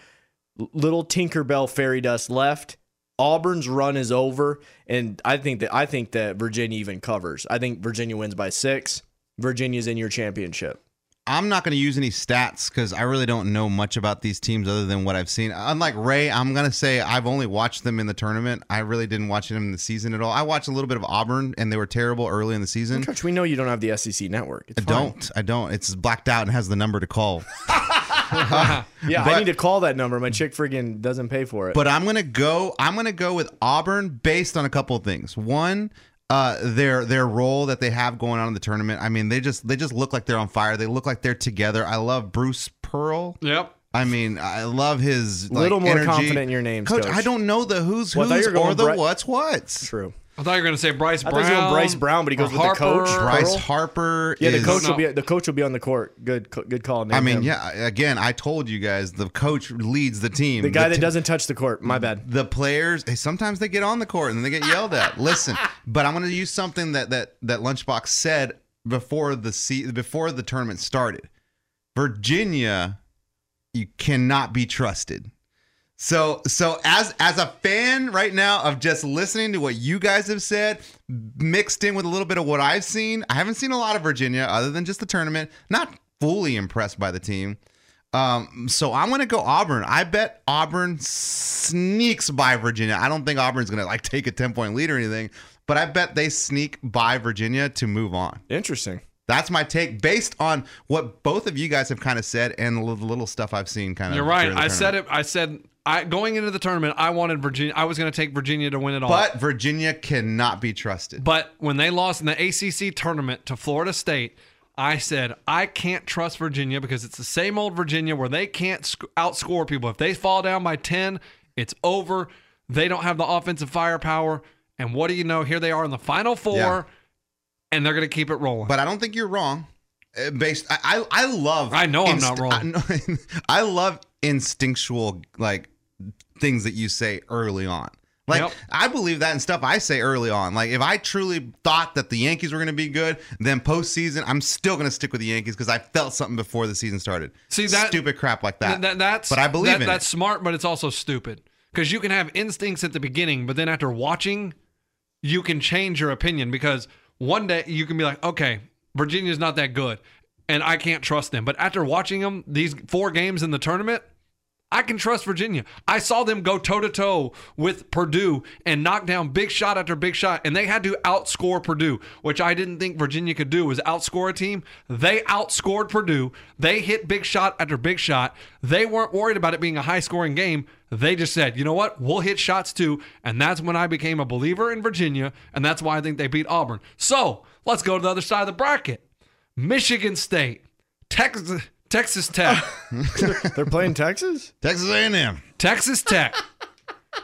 Speaker 4: little Tinkerbell fairy dust left. Auburn's run is over, and I think that I think that Virginia even covers. I think Virginia wins by six. Virginia's in your championship.
Speaker 3: I'm not going to use any stats because I really don't know much about these teams other than what I've seen. Unlike Ray, I'm going to say I've only watched them in the tournament. I really didn't watch them in the season at all. I watched a little bit of Auburn, and they were terrible early in the season.
Speaker 4: Coach, we know you don't have the SEC network. It's
Speaker 3: I
Speaker 4: fine.
Speaker 3: don't. I don't. It's blacked out and has the number to call.
Speaker 4: Yeah, I
Speaker 3: But-
Speaker 4: need to call that number. My chick friggin' doesn't pay for it.
Speaker 3: But I'm gonna go. I'm gonna go with Auburn based on a couple of things. One, uh, their their role that they have going on in the tournament. I mean, they just they just look like they're on fire. They look like they're together. I love Bruce Pearl.
Speaker 2: Yep.
Speaker 3: I mean, I love his like,
Speaker 4: Little more
Speaker 3: energy.
Speaker 4: confident in your names,
Speaker 3: coach,
Speaker 4: Coach.
Speaker 3: I don't know the who's
Speaker 4: Well, I thought
Speaker 3: who's
Speaker 4: you were going
Speaker 3: or the
Speaker 4: Bri-
Speaker 3: what's what's.
Speaker 4: true.
Speaker 2: I thought you were going to say Bryce
Speaker 4: I
Speaker 2: Brown.
Speaker 4: thought you were going Bryce Brown, but he
Speaker 2: or
Speaker 4: goes with the coach.
Speaker 2: Harper.
Speaker 3: Bryce
Speaker 4: Pearl?
Speaker 3: Harper.
Speaker 4: Yeah, the
Speaker 3: is-
Speaker 4: coach will
Speaker 2: No.
Speaker 4: be the coach will be on the court. Good, co- good call. Name
Speaker 3: I mean,
Speaker 4: him.
Speaker 3: yeah. Again, I told you guys the coach leads the team.
Speaker 4: the guy that
Speaker 3: t-
Speaker 4: doesn't touch the court. My
Speaker 3: (laughs)
Speaker 4: bad.
Speaker 3: the players hey, sometimes they get on the court and they get yelled at. Listen, but I'm going to use something that that that Lunchbox said before the se- before the tournament started. Virginia, you cannot be trusted. So so as as a fan right now of just listening to what you guys have said, mixed in with a little bit of what I've seen, I haven't seen a lot of Virginia other than just the tournament. Not fully impressed by the team. Um, so I'm gonna go Auburn. I bet Auburn sneaks by Virginia. I don't think Auburn's gonna like take a 10 point lead or anything, but I bet they sneak by Virginia to move on.
Speaker 4: Interesting.
Speaker 3: That's my take based on what both of you guys have kind of said and the little- little stuff I've seen. Kind of,
Speaker 2: You're right.
Speaker 3: during the
Speaker 2: I said
Speaker 3: tournament.
Speaker 2: it. I said I going into the tournament, I wanted Virginia. I was going to take Virginia to win it all.
Speaker 3: But Virginia cannot be trusted.
Speaker 2: But when they lost in the ACC tournament to Florida State, I said, I can't trust Virginia because it's the same old Virginia where they can't sc- outscore people. If they fall down by 10, it's over. They don't have the offensive firepower. And what do you know? Here they are in the final four,
Speaker 3: Yeah.
Speaker 2: and they're going to keep it rolling.
Speaker 3: But I don't think you're wrong. Uh, Based, I I, I love.
Speaker 2: I know I'm not wrong.
Speaker 3: I, know- (laughs) I love instinctual like things that you say early on. Like
Speaker 2: Yep.
Speaker 3: I believe that and stuff I say early on. Like if I truly thought that the Yankees were going to be good, then postseason I'm still going to stick with the Yankees because I felt something before the season started.
Speaker 2: See, that-
Speaker 3: stupid crap like that.
Speaker 2: Th- that- that's
Speaker 3: but I believe
Speaker 2: that,
Speaker 3: in
Speaker 2: that's
Speaker 3: it.
Speaker 2: smart, but it's also stupid because you can have instincts at the beginning, but then after watching, you can change your opinion because one day you can be like, okay, Virginia's not that good, and I can't trust them. But after watching them these four games in the tournament. I can trust Virginia. I saw them go toe to toe with Purdue and knock down big shot after big shot, and they had to outscore Purdue, which I didn't think Virginia could do. Was outscore a team? They outscored Purdue. They hit big shot after big shot. They weren't worried about it being a high scoring game. They just said, you know what? We'll hit shots too, and that's when I became a believer in Virginia, and that's why I think they beat Auburn. So let's go to the other side of the bracket. Michigan State, Texas, Texas Tech.
Speaker 4: They're playing Texas.
Speaker 3: Texas A&M.
Speaker 2: Texas Tech.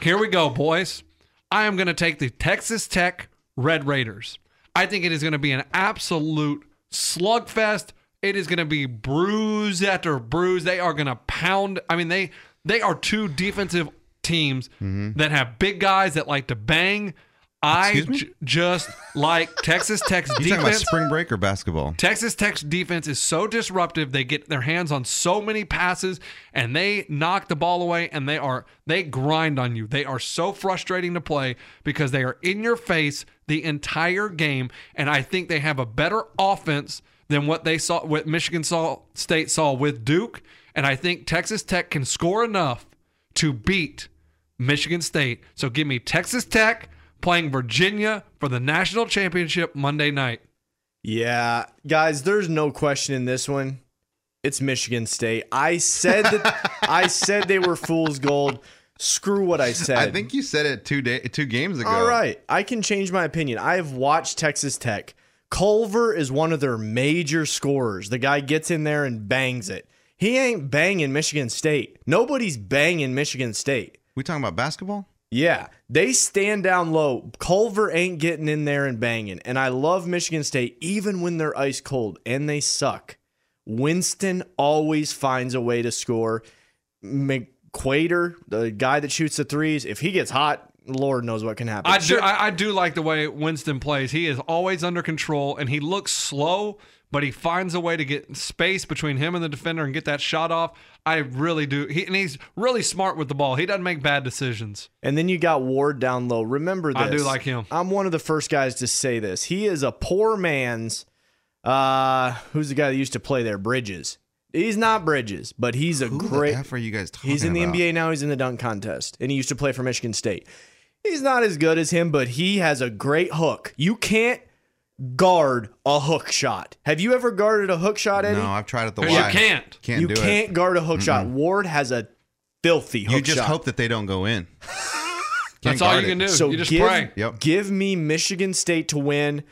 Speaker 2: Here we go, boys. I am going to take the Texas Tech Red Raiders. I think it is going to be an absolute slugfest. It is going to be bruise after bruise. They are going to pound. I mean, they They are two defensive teams that have big guys that like to bang. I
Speaker 3: Mm-hmm. Excuse me?
Speaker 2: j- just like Texas
Speaker 3: (laughs)
Speaker 2: Tech's
Speaker 3: You talking about
Speaker 2: defense.
Speaker 3: spring break or basketball?
Speaker 2: Texas Tech's defense is so disruptive. They get their hands on so many passes and they knock the ball away and they are they grind on you. They are so frustrating to play because they are in your face the entire game and I think they have a better offense than what they saw what Michigan saw State saw with Duke and I think Texas Tech can score enough to beat Michigan State. So give me Texas Tech playing Virginia for the national championship Monday night.
Speaker 4: Yeah, guys, there's no question in this one. It's Michigan State. I said that I said they were fool's gold. Screw what I said.
Speaker 3: I think you said it two day, two games ago.
Speaker 4: All right, I can change my opinion. I have watched Texas Tech. Culver is one of their major scorers. The guy gets in there and bangs it. He ain't banging Michigan State. Nobody's banging Michigan State.
Speaker 3: We talking about basketball?
Speaker 4: Yeah, they stand down low. Culver ain't getting in there and banging. And I love Michigan State even when they're ice cold and they suck. Winston always finds a way to score. McQuater, the guy that shoots the threes, if he gets hot, Lord knows what can happen.
Speaker 2: I do,
Speaker 4: Sure-
Speaker 2: I, I do like the way Winston plays. He is always under control, and he looks slow, but he finds a way to get space between him and the defender and get that shot off. I really do. He, and he's really smart with the ball. He doesn't make bad decisions.
Speaker 4: And then you got Ward down low. Remember this.
Speaker 2: I do like him.
Speaker 4: I'm one of the first guys to say this. He is a poor man's uh who's the guy that used to play there? Bridges. He's not Bridges, but he's a
Speaker 3: Who
Speaker 4: great
Speaker 3: the f are you guys talking
Speaker 4: He's in the
Speaker 3: about?
Speaker 4: NBA now, he's in the dunk contest. And he used to play for Michigan State. He's not as good as him, but he has a great hook. You can't guard a hook shot. Have you ever guarded a hook shot, Eddie?
Speaker 3: No, I've tried it the
Speaker 2: You
Speaker 3: Y.
Speaker 2: can't.
Speaker 3: Oh, Can't
Speaker 4: you
Speaker 3: do
Speaker 4: can't
Speaker 3: it.
Speaker 4: guard a hook shot. Ward has a filthy hook
Speaker 3: You just
Speaker 4: shot.
Speaker 3: hope that they don't go in.
Speaker 2: That's all you can do.
Speaker 4: So
Speaker 2: you just
Speaker 4: give,
Speaker 2: pray.
Speaker 3: Yep.
Speaker 4: give me Michigan State to win.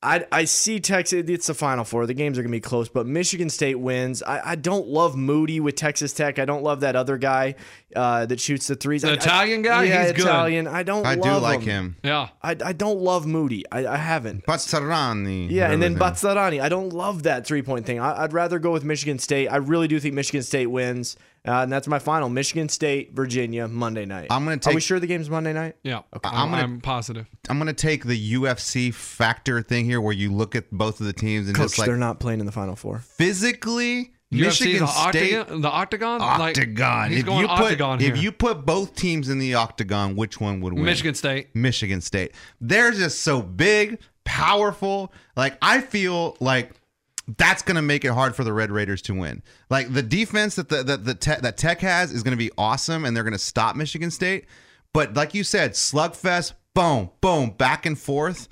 Speaker 4: I, I see Texas. It's the Final Four. The games are gonna be close, but Michigan State wins. I, I don't love Moody with Texas Tech. I don't love that other guy uh, that shoots the threes.
Speaker 2: The
Speaker 4: I- I-
Speaker 2: Italian guy?
Speaker 4: Yeah,
Speaker 2: He's good.
Speaker 4: Italian. I don't.
Speaker 3: I do
Speaker 4: love
Speaker 3: like him.
Speaker 2: Yeah.
Speaker 4: I, I don't love Moody. I, I haven't.
Speaker 3: Pazzarani.
Speaker 4: Yeah, and then
Speaker 3: whatever his name
Speaker 4: Bazzarani. I don't love that three point thing. I, I'd rather go with Michigan State. I really do think Michigan State wins, uh, and that's my final. Michigan State, Virginia, Monday night.
Speaker 3: I'm gonna
Speaker 4: Are we
Speaker 3: take-
Speaker 4: sure the game's Monday night?
Speaker 2: Yeah.
Speaker 3: I'm
Speaker 2: I'm,
Speaker 3: gonna-
Speaker 2: I'm positive.
Speaker 3: is. I'm gonna take the UFC factor thing here, where you look at both of the teams and
Speaker 4: Coach,
Speaker 3: just like
Speaker 4: they're not playing in the Final Four.
Speaker 3: physically Michigan
Speaker 2: Michigan the
Speaker 3: State
Speaker 2: octagon, the octagon, Like,
Speaker 3: octagon.
Speaker 2: he's
Speaker 3: if
Speaker 2: going
Speaker 3: you put
Speaker 2: octagon here.
Speaker 3: if you put both teams in the octagon, which one would win?
Speaker 2: Michigan State.
Speaker 3: Michigan State. They're just so big, powerful. Like I feel like that's going to make it hard for the Red Raiders to win. Like the defense that the that the te- that Tech has is going to be awesome, and they're going to stop Michigan State. But like you said, slugfest, boom, boom, back and forth.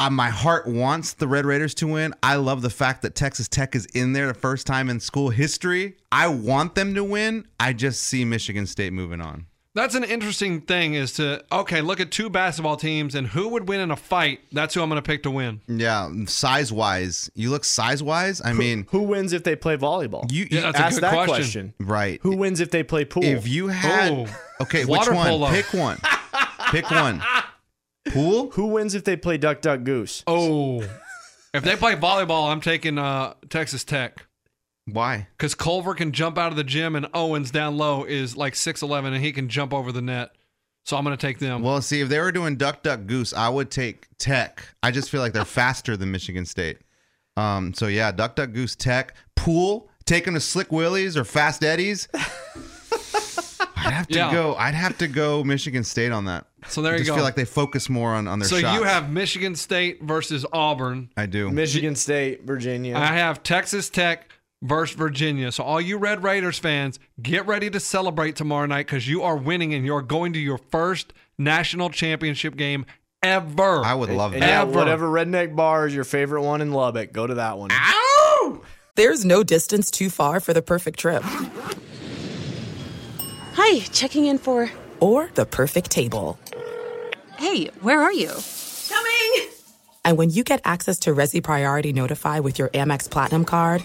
Speaker 3: Uh, my heart wants the Red Raiders to win. I love the fact that Texas Tech is in there the first time in school history. I want them to win. I just see Michigan State moving on.
Speaker 2: That's an interesting thing is to, okay, look at two basketball teams and who would win in a fight. That's who I'm going to pick to win.
Speaker 3: Yeah, size wise, you look size wise. I mean,
Speaker 4: Who wins if they play volleyball?
Speaker 3: you,
Speaker 2: Yeah,
Speaker 3: you-
Speaker 2: that's a
Speaker 4: ask
Speaker 2: good
Speaker 4: that
Speaker 2: question.
Speaker 4: question.
Speaker 3: right?
Speaker 4: Who wins if they play pool?
Speaker 3: if you had
Speaker 2: Ooh.
Speaker 3: okay, which
Speaker 2: Oh, Water
Speaker 3: one?
Speaker 2: polo.
Speaker 3: Pick one. Pick one.
Speaker 2: (laughs)
Speaker 3: Pool.
Speaker 4: Who wins if they play duck, duck, goose?
Speaker 2: Oh. if they play volleyball, I'm taking uh, Texas Tech.
Speaker 3: Why?
Speaker 2: Because Culver can jump out of the gym and Owens down low is like 6'11 and he can jump over the net. So I'm going to take them.
Speaker 3: Well, see, if they were doing duck, duck, goose, I would take Tech. I just feel like they're faster than Michigan State. Um, so yeah, duck, duck, goose, Tech, pool. Take them to Slick Willies or Fast Eddies.
Speaker 2: (laughs)
Speaker 3: I'd have to
Speaker 2: Yeah.
Speaker 3: go. I'd have to go Michigan State on that.
Speaker 2: So there
Speaker 3: I
Speaker 2: you
Speaker 3: just
Speaker 2: go.
Speaker 3: feel like they focus more on on their
Speaker 2: so
Speaker 3: shots.
Speaker 2: you have Michigan State versus Auburn.
Speaker 3: I do.
Speaker 4: Michigan State, Virginia.
Speaker 2: I have Texas Tech versus Virginia. So all you Red Raiders fans, get ready to celebrate tomorrow night because you are winning and you're going to your first national championship game ever.
Speaker 3: I would love
Speaker 4: and
Speaker 3: that.
Speaker 4: yeah,
Speaker 2: Ever.
Speaker 4: whatever redneck bar is your favorite one in Lubbock, go to that one.
Speaker 5: There's no distance too far for the perfect trip
Speaker 6: Hi, checking in for.
Speaker 5: or the perfect table.
Speaker 6: Hey, where are you? Coming!
Speaker 5: And when you get access to Resi Priority Notify with your Amex Platinum card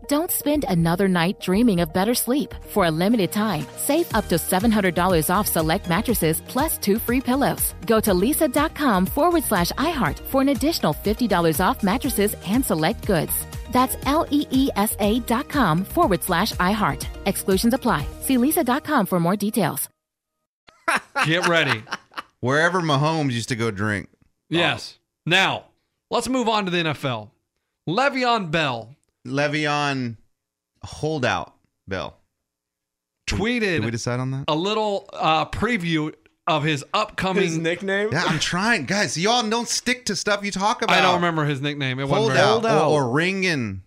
Speaker 7: Don't spend another night dreaming of better sleep. For a limited time, save up to $700 off select mattresses plus two free pillows. Go to lisa.com forward slash iHeart for an additional $50 off mattresses and select goods. That's L E E S A dot com forward slash iHeart. Exclusions apply. See lisa.com for more details.
Speaker 2: Get ready.
Speaker 3: Wherever Mahomes used to go drink.
Speaker 2: Yes. Now, let's move on to the NFL. Le'Veon Bell
Speaker 3: Le'Veon holdout Bell. Did we
Speaker 2: tweeted
Speaker 3: decide on that?
Speaker 2: a little uh, preview of his upcoming.
Speaker 4: His nickname?
Speaker 3: Yeah, I'm trying, guys. Y'all don't stick to stuff you talk about.
Speaker 2: I don't remember his nickname. It wasn't
Speaker 3: Hold
Speaker 2: very-
Speaker 3: out,
Speaker 4: Holdout.
Speaker 3: or, or ringing,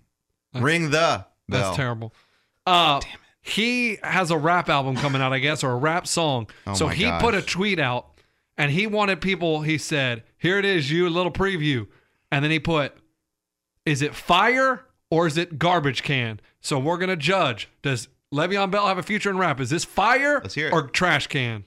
Speaker 3: ring the.
Speaker 2: That's
Speaker 3: bell.
Speaker 2: terrible. Uh, He has a rap album coming out, I guess, or a rap song.
Speaker 3: Oh
Speaker 2: so
Speaker 3: my
Speaker 2: he
Speaker 3: gosh.
Speaker 2: put a tweet out and he wanted people, he said, Here it is, you, a little preview. And then he put, Is it fire or is it garbage can? So we're going to judge. Does Le'Veon Bell have a future in rap? Is this fire
Speaker 3: Let's hear it.
Speaker 2: or trash can?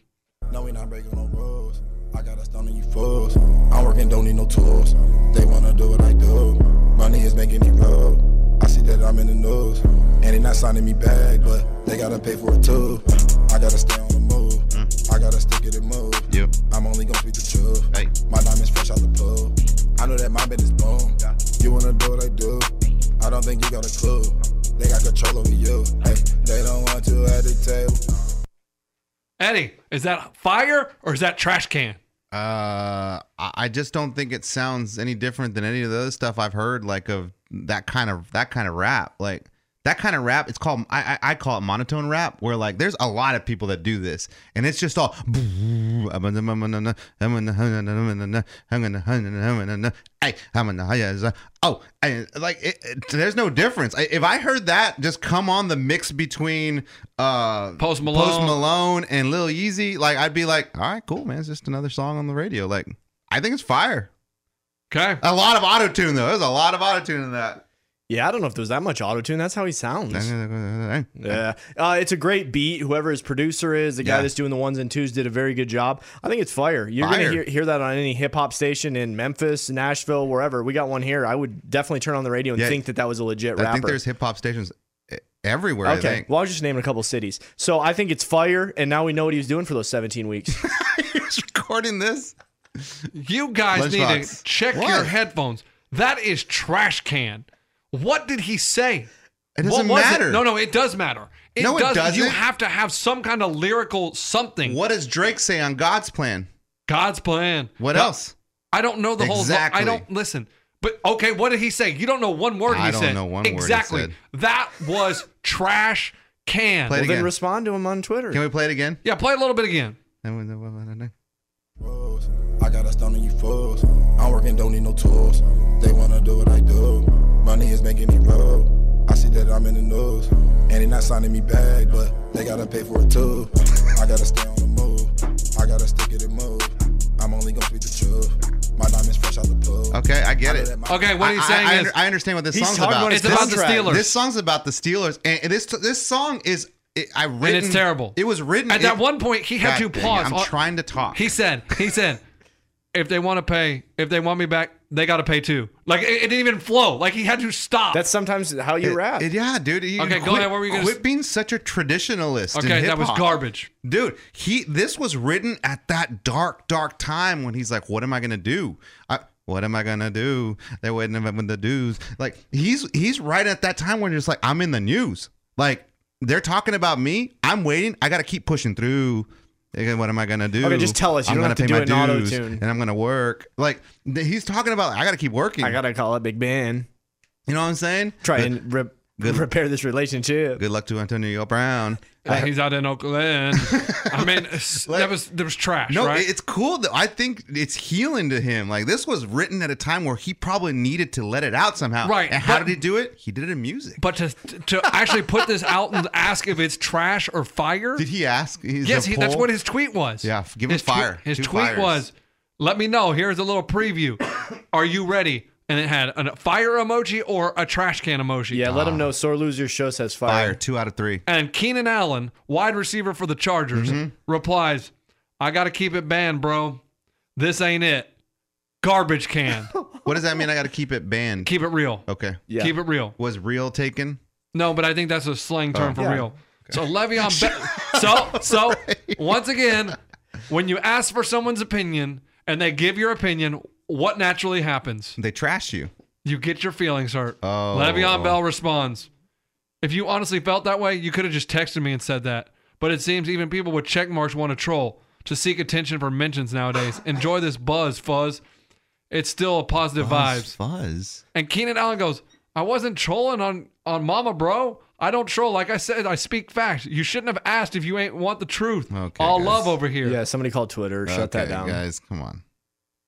Speaker 8: No, we not breaking no rules. I got a stone and you fools. I'm working, don't need no tools. They wanna do what I do. Money is making me roll. I see that I'm in the news. And they not signing me back, but they gotta pay for it too. I gotta stay on the move. Mm. I gotta stick it and move.
Speaker 3: Yep.
Speaker 8: I'm only gonna speak the truth.
Speaker 3: Hey.
Speaker 8: My diamonds fresh out the pool. I know that my bed is boom. You wanna do what I do? I don't think you got a clue. They got control over you. Hey, they don't want you at the table.
Speaker 2: Eddie, is that fire or is that trash can?
Speaker 3: Uh, I I just don't think it sounds any different than any of the other stuff I've heard, like of that kind of that kind of rap, like that kind of rap. It's called I I, I call it monotone rap, where like there's a lot of people that do this, and it's just all. Oh, I- like it, it- there's no difference. I, if I heard that, just come on the mix between uh
Speaker 2: Post Malone.
Speaker 3: Post Malone and Lil Yeezy, like I'd be like, all right, cool, man. It's just another song on the radio. Like, I think it's fire.
Speaker 2: Okay.
Speaker 3: A lot of auto tune though. There's a lot of auto tune in that.
Speaker 4: Yeah, I don't know if there was that much auto tune. That's how he sounds. Yeah, uh, it's a great beat. Whoever his producer is, the guy
Speaker 3: Yeah.
Speaker 4: that's doing the ones and twos, did a very good job. I think it's fire. You're gonna
Speaker 3: Fire.
Speaker 4: hear, hear that on any hip hop station in Memphis, Nashville, wherever. We got one here. I would definitely turn on the radio and
Speaker 3: Yeah.
Speaker 4: think that that was a legit rapper.
Speaker 3: I think there's hip hop stations e, everywhere. I
Speaker 4: okay,
Speaker 3: think. (laughs)
Speaker 4: well, I was just naming a couple cities. So I think it's fire, and now we know what he was doing for those 17
Speaker 3: (laughs)
Speaker 4: weeks.
Speaker 3: He was recording this.
Speaker 2: You guys need
Speaker 3: Lunchbox.
Speaker 2: to check
Speaker 3: What?
Speaker 2: your headphones. That is trash can. What did he say?
Speaker 3: It doesn't
Speaker 2: What was
Speaker 3: matter.
Speaker 2: No, no, it does matter. It
Speaker 3: No, it
Speaker 2: does, You
Speaker 3: doesn't.
Speaker 2: have to have some kind of lyrical something.
Speaker 3: What does Drake say on God's plan?
Speaker 2: God's plan.
Speaker 3: What
Speaker 2: No,
Speaker 3: else?
Speaker 2: I don't know the
Speaker 3: Exactly.
Speaker 2: whole. I don't listen. But okay, what did he say? You don't know one word
Speaker 3: I
Speaker 2: he
Speaker 3: don't
Speaker 2: said.
Speaker 3: know one word he
Speaker 2: exactly.
Speaker 3: said.
Speaker 2: That was trash can.
Speaker 3: Play it
Speaker 4: well, then
Speaker 3: again.
Speaker 4: respond to him on Twitter.
Speaker 3: Can we play it again?
Speaker 2: yeah, play a little bit again.
Speaker 8: rules. I got a stone and you fools. I'm working, don't need no tools. They wanna do what I do. Money is making me roll. I see that I'm in the news. And they not signing me back, but they gotta pay for it too. I gotta stay on the move. I gotta stick it and move. I'm only gonna speak the truth. My diamonds fresh out the pool.
Speaker 3: Okay, I get
Speaker 8: I know
Speaker 3: it.
Speaker 8: that my-
Speaker 2: Okay, what he's
Speaker 3: I-
Speaker 2: saying
Speaker 3: I, I,
Speaker 2: is
Speaker 3: under- I understand what this
Speaker 4: He's
Speaker 3: song's
Speaker 4: talking
Speaker 3: about.
Speaker 4: about his
Speaker 3: this,
Speaker 2: It's about the
Speaker 3: contract.
Speaker 2: Steelers.
Speaker 3: This song's about the Steelers, and and this this song is it, I written.
Speaker 2: and it's terrible.
Speaker 3: It was written
Speaker 2: at that
Speaker 3: it-
Speaker 2: one point. He
Speaker 3: God
Speaker 2: had to
Speaker 3: dang it,
Speaker 2: pause.
Speaker 3: I'm
Speaker 2: on-
Speaker 3: trying to talk.
Speaker 2: He said, he said, if they want to pay, if they want me back, they got to pay too. Like it, it didn't even flow. Like he had to stop.
Speaker 4: That's sometimes how you
Speaker 3: It-
Speaker 4: rap.
Speaker 3: it- yeah, dude. you
Speaker 2: Okay, go
Speaker 3: quit-
Speaker 2: ahead, what were you gonna
Speaker 3: Quit
Speaker 2: s-
Speaker 3: being such a traditionalist. in
Speaker 2: Okay, that was
Speaker 3: hip-hop.
Speaker 2: garbage.
Speaker 3: dude. He. This was written at that dark, dark time when he's like, "What am I gonna do? I, what am I gonna do? They're waiting up with the dues." Like he's he's right at that time when you're just like, "I'm in the news." Like they're talking about me. I'm waiting. I gotta keep pushing through. Again, what am I gonna do?
Speaker 4: Okay, just tell us. You
Speaker 3: I'm
Speaker 4: don't
Speaker 3: gonna
Speaker 4: have to
Speaker 3: pay
Speaker 4: do
Speaker 3: my
Speaker 4: it in
Speaker 3: dues,
Speaker 4: auto-tune.
Speaker 3: and I'm gonna work. Like th- he's talking about, I gotta keep working.
Speaker 4: I gotta call it Big Ben.
Speaker 3: you know what I'm saying?
Speaker 4: Try
Speaker 3: But
Speaker 4: and re-
Speaker 3: Good.
Speaker 4: repair this relationship.
Speaker 3: good luck to Antonio Brown.
Speaker 2: Uh, he's out in Oakland.
Speaker 3: (laughs)
Speaker 2: I mean, it's- that was there was trash.
Speaker 3: No,
Speaker 2: right?
Speaker 3: it's cool though. I think it's healing to him. Like this was written at a time where he probably needed to let it out somehow.
Speaker 2: Right,
Speaker 3: And how
Speaker 2: but-
Speaker 3: did he do it? He did it in music.
Speaker 2: but to to actually put this out and ask if it's trash or fire.
Speaker 3: Did he ask? Is
Speaker 2: yes,
Speaker 3: there
Speaker 2: he,
Speaker 3: a
Speaker 2: that's
Speaker 3: poll?
Speaker 2: what his tweet was.
Speaker 3: Yeah, f- give him
Speaker 2: his tweet-
Speaker 3: fire.
Speaker 2: his
Speaker 3: Two
Speaker 2: tweet
Speaker 3: fires.
Speaker 2: was, "Let me know. Here's a
Speaker 3: (coughs)
Speaker 2: little preview. Are you ready?" And it had a fire emoji or a trash can emoji.
Speaker 4: Yeah, let them know. Sore loser show says
Speaker 3: Ah. fire.
Speaker 4: fire.
Speaker 3: Two out of three.
Speaker 2: And Keenan Allen, wide receiver for the Chargers,
Speaker 3: Mm-hmm.
Speaker 2: replies, "I got to keep it banned, bro. This ain't it.
Speaker 3: (laughs)
Speaker 2: Garbage can.
Speaker 3: What does that mean? I got to keep it banned.
Speaker 2: keep it real.
Speaker 3: Okay.
Speaker 4: Yeah.
Speaker 2: Keep it real."
Speaker 3: Was real taken?
Speaker 2: No, but I think that's a slang term for
Speaker 4: Yeah.
Speaker 2: real. So Le'Veon Bell. so so once again, when you ask for someone's opinion and they give your opinion, what naturally happens?
Speaker 3: They trash you.
Speaker 2: You get your feelings hurt.
Speaker 3: Oh.
Speaker 2: Le'Veon Bell responds, "If you honestly felt that way, you could have just texted me and said that. But it seems even people with check marks want to troll to seek attention for mentions nowadays. Enjoy this buzz, fuzz. It's still a positive vibes."
Speaker 3: Fuzz.
Speaker 2: And Keenan Allen goes, I wasn't trolling on, on Mama, bro. I don't troll. Like I said, I speak facts. You shouldn't have asked if you ain't want the truth.
Speaker 3: Okay,
Speaker 2: All
Speaker 3: guys.
Speaker 2: love over here.
Speaker 4: Yeah, somebody called Twitter. Shut that
Speaker 3: Okay,
Speaker 4: down.
Speaker 3: guys. Come on.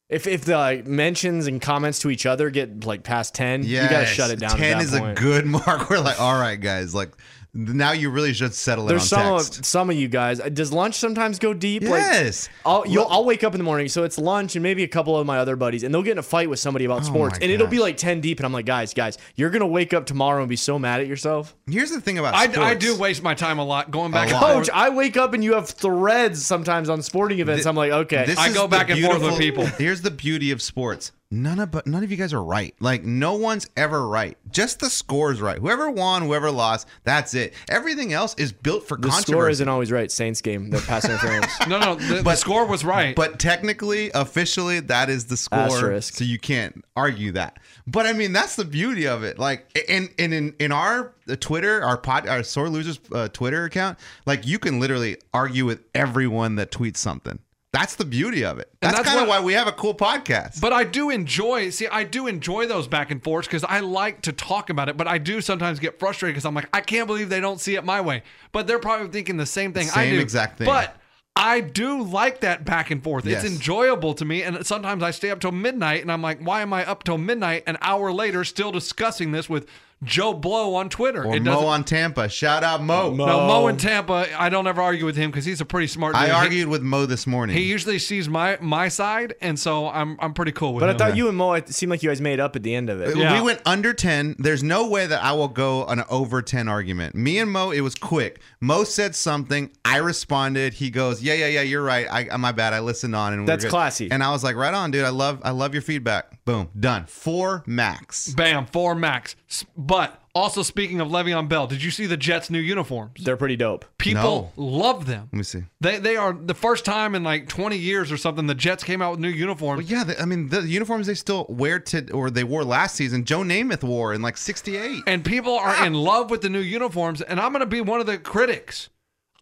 Speaker 4: If if the like, mentions and comments to each other get like past ten,
Speaker 3: Yeah.
Speaker 4: you gotta shut it down. at
Speaker 3: Ten
Speaker 4: that
Speaker 3: is
Speaker 4: point.
Speaker 3: a good mark. (laughs) We're like, all right, guys. Like now you really should settle it
Speaker 4: There's
Speaker 3: on
Speaker 4: some of,
Speaker 3: text.
Speaker 4: some of you guys. uh, Does lunch sometimes go deep?
Speaker 3: Yes.
Speaker 4: Like, I'll you'll,
Speaker 3: Well-
Speaker 4: I'll wake up in the morning, so it's lunch, and maybe a couple of my other buddies, and they'll get in a fight with somebody about
Speaker 3: Oh
Speaker 4: sports,
Speaker 3: my
Speaker 4: and it'll be
Speaker 3: gosh.
Speaker 4: like ten deep, and I'm like, guys, guys, you're gonna wake up tomorrow and be so mad at yourself.
Speaker 3: Here's the thing about
Speaker 2: I,
Speaker 3: sports.
Speaker 2: I do waste my time a lot going back
Speaker 3: A
Speaker 2: and
Speaker 3: lot. Oh,
Speaker 4: Coach,
Speaker 2: forth.
Speaker 4: I wake up and you have threads sometimes on sporting events. I'm like, okay,
Speaker 3: This
Speaker 2: I
Speaker 3: is
Speaker 2: go
Speaker 3: the
Speaker 2: back and forth with
Speaker 3: beautiful-
Speaker 2: people.
Speaker 3: Here's the beauty of sports. None of but none of you guys are right. Like no one's ever right. Just the score's right. Whoever won, whoever lost, that's it. Everything else is built for
Speaker 4: the
Speaker 3: controversy.
Speaker 4: score isn't always right. Saints game, they're pass
Speaker 3: (laughs)
Speaker 4: interference.
Speaker 2: No, no, the, the
Speaker 3: But-
Speaker 2: score was right.
Speaker 3: But technically, officially, that is the score.
Speaker 4: Asterisk.
Speaker 3: So you can't argue that. But I mean, that's the beauty of it. Like, and and in in our uh, Twitter, our pod, our sore losers uh, Twitter account, like you can literally argue with everyone that tweets something. That's the beauty of it.
Speaker 2: And
Speaker 3: That's,
Speaker 2: that's
Speaker 3: kind of
Speaker 2: what-
Speaker 3: why we have a cool podcast.
Speaker 2: But I do enjoy, see, I do enjoy those back and forths because I like to talk about it, but I do sometimes get frustrated because I'm like, I can't believe they don't see it my way. But they're probably thinking the same thing I
Speaker 3: Same
Speaker 2: do.
Speaker 3: exact thing.
Speaker 2: But I do like that back and forth.
Speaker 3: Yes.
Speaker 2: It's enjoyable to me. And sometimes I stay up till midnight and I'm like, why am I up till midnight an hour later still discussing this with Joe Blow on Twitter?
Speaker 3: or Mo
Speaker 2: doesn't-
Speaker 3: on Tampa. Shout out Mo.
Speaker 2: no, Mo
Speaker 4: Mo.
Speaker 2: in Tampa, I don't ever argue with him because he's a pretty smart dude.
Speaker 3: I
Speaker 2: He-
Speaker 3: argued with Mo this morning.
Speaker 2: He, usually sees my my side, and so I'm I'm pretty cool with
Speaker 4: but
Speaker 2: him.
Speaker 4: I thought you and Mo it seemed like you guys made up at the end of it.
Speaker 3: We-
Speaker 2: Yeah.
Speaker 3: We went under 10. There's no way that I will go on an over 10 argument. Me and Mo, it was quick. Mo said something. I responded. He goes, Yeah, yeah, yeah, you're right. I, my bad. I listened on. and we were
Speaker 4: That's
Speaker 3: good."
Speaker 4: classy.
Speaker 3: And I was like, Right on, dude. I love I love your feedback. Boom. Done. Four max.
Speaker 2: Bam, four max. S- But also speaking of Le'Veon Bell, did you see the Jets' new uniforms?
Speaker 4: They're pretty dope.
Speaker 2: People love them.
Speaker 3: Let me see.
Speaker 2: They they are the first time in like 20 years or something the Jets came out with new uniforms.
Speaker 3: But yeah, the, I mean, the uniforms they still wear to, or they wore last season, Joe Namath wore in like 68.
Speaker 2: And people are in love with the new uniforms, and I'm gonna be one of the critics.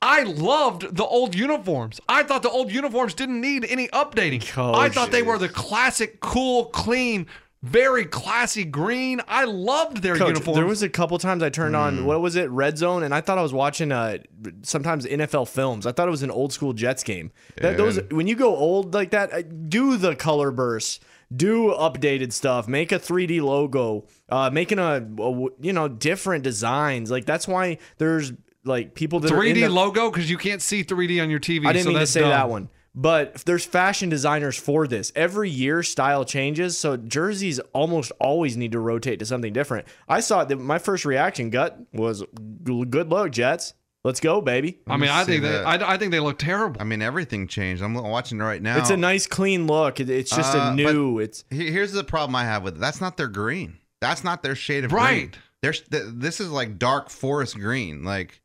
Speaker 2: I loved the old uniforms. I thought the old uniforms didn't need any updating.
Speaker 4: Oh,
Speaker 2: I thought they were the classic, cool, clean, very classy green. I loved their
Speaker 4: Coach,
Speaker 2: uniforms.
Speaker 4: There was a couple times I turned on what was it, Red Zone, and I thought I was watching uh sometimes NFL films. I thought it was an old school Jets game. That, those when you go old like that, uh, do the color burst, do updated stuff, make a 3D logo, uh, making a, a w- you know different designs. Like that's why there's like people that are in
Speaker 2: 3D
Speaker 4: the-
Speaker 2: logo because you can't see 3D on your TV.
Speaker 4: I didn't
Speaker 2: so
Speaker 4: mean to
Speaker 2: that's
Speaker 4: say
Speaker 2: dumb.
Speaker 4: that one. But there's fashion designers for this. Every year, style changes, so jerseys almost always need to rotate to something different. I saw that my first reaction gut was, "Good luck, Jets. Let's go, baby.
Speaker 2: I mean, I think that,
Speaker 3: that.
Speaker 2: I, I think they look terrible.
Speaker 3: I mean, everything changed. I'm watching it right now.
Speaker 4: It's a nice, clean look. It- It's just
Speaker 3: Uh,
Speaker 4: a
Speaker 3: but-
Speaker 4: new. It's
Speaker 3: He- Here's the problem I have with it. That's not their green. That's not their shade of green.
Speaker 2: Right.
Speaker 3: There's th- this is like dark forest green. Like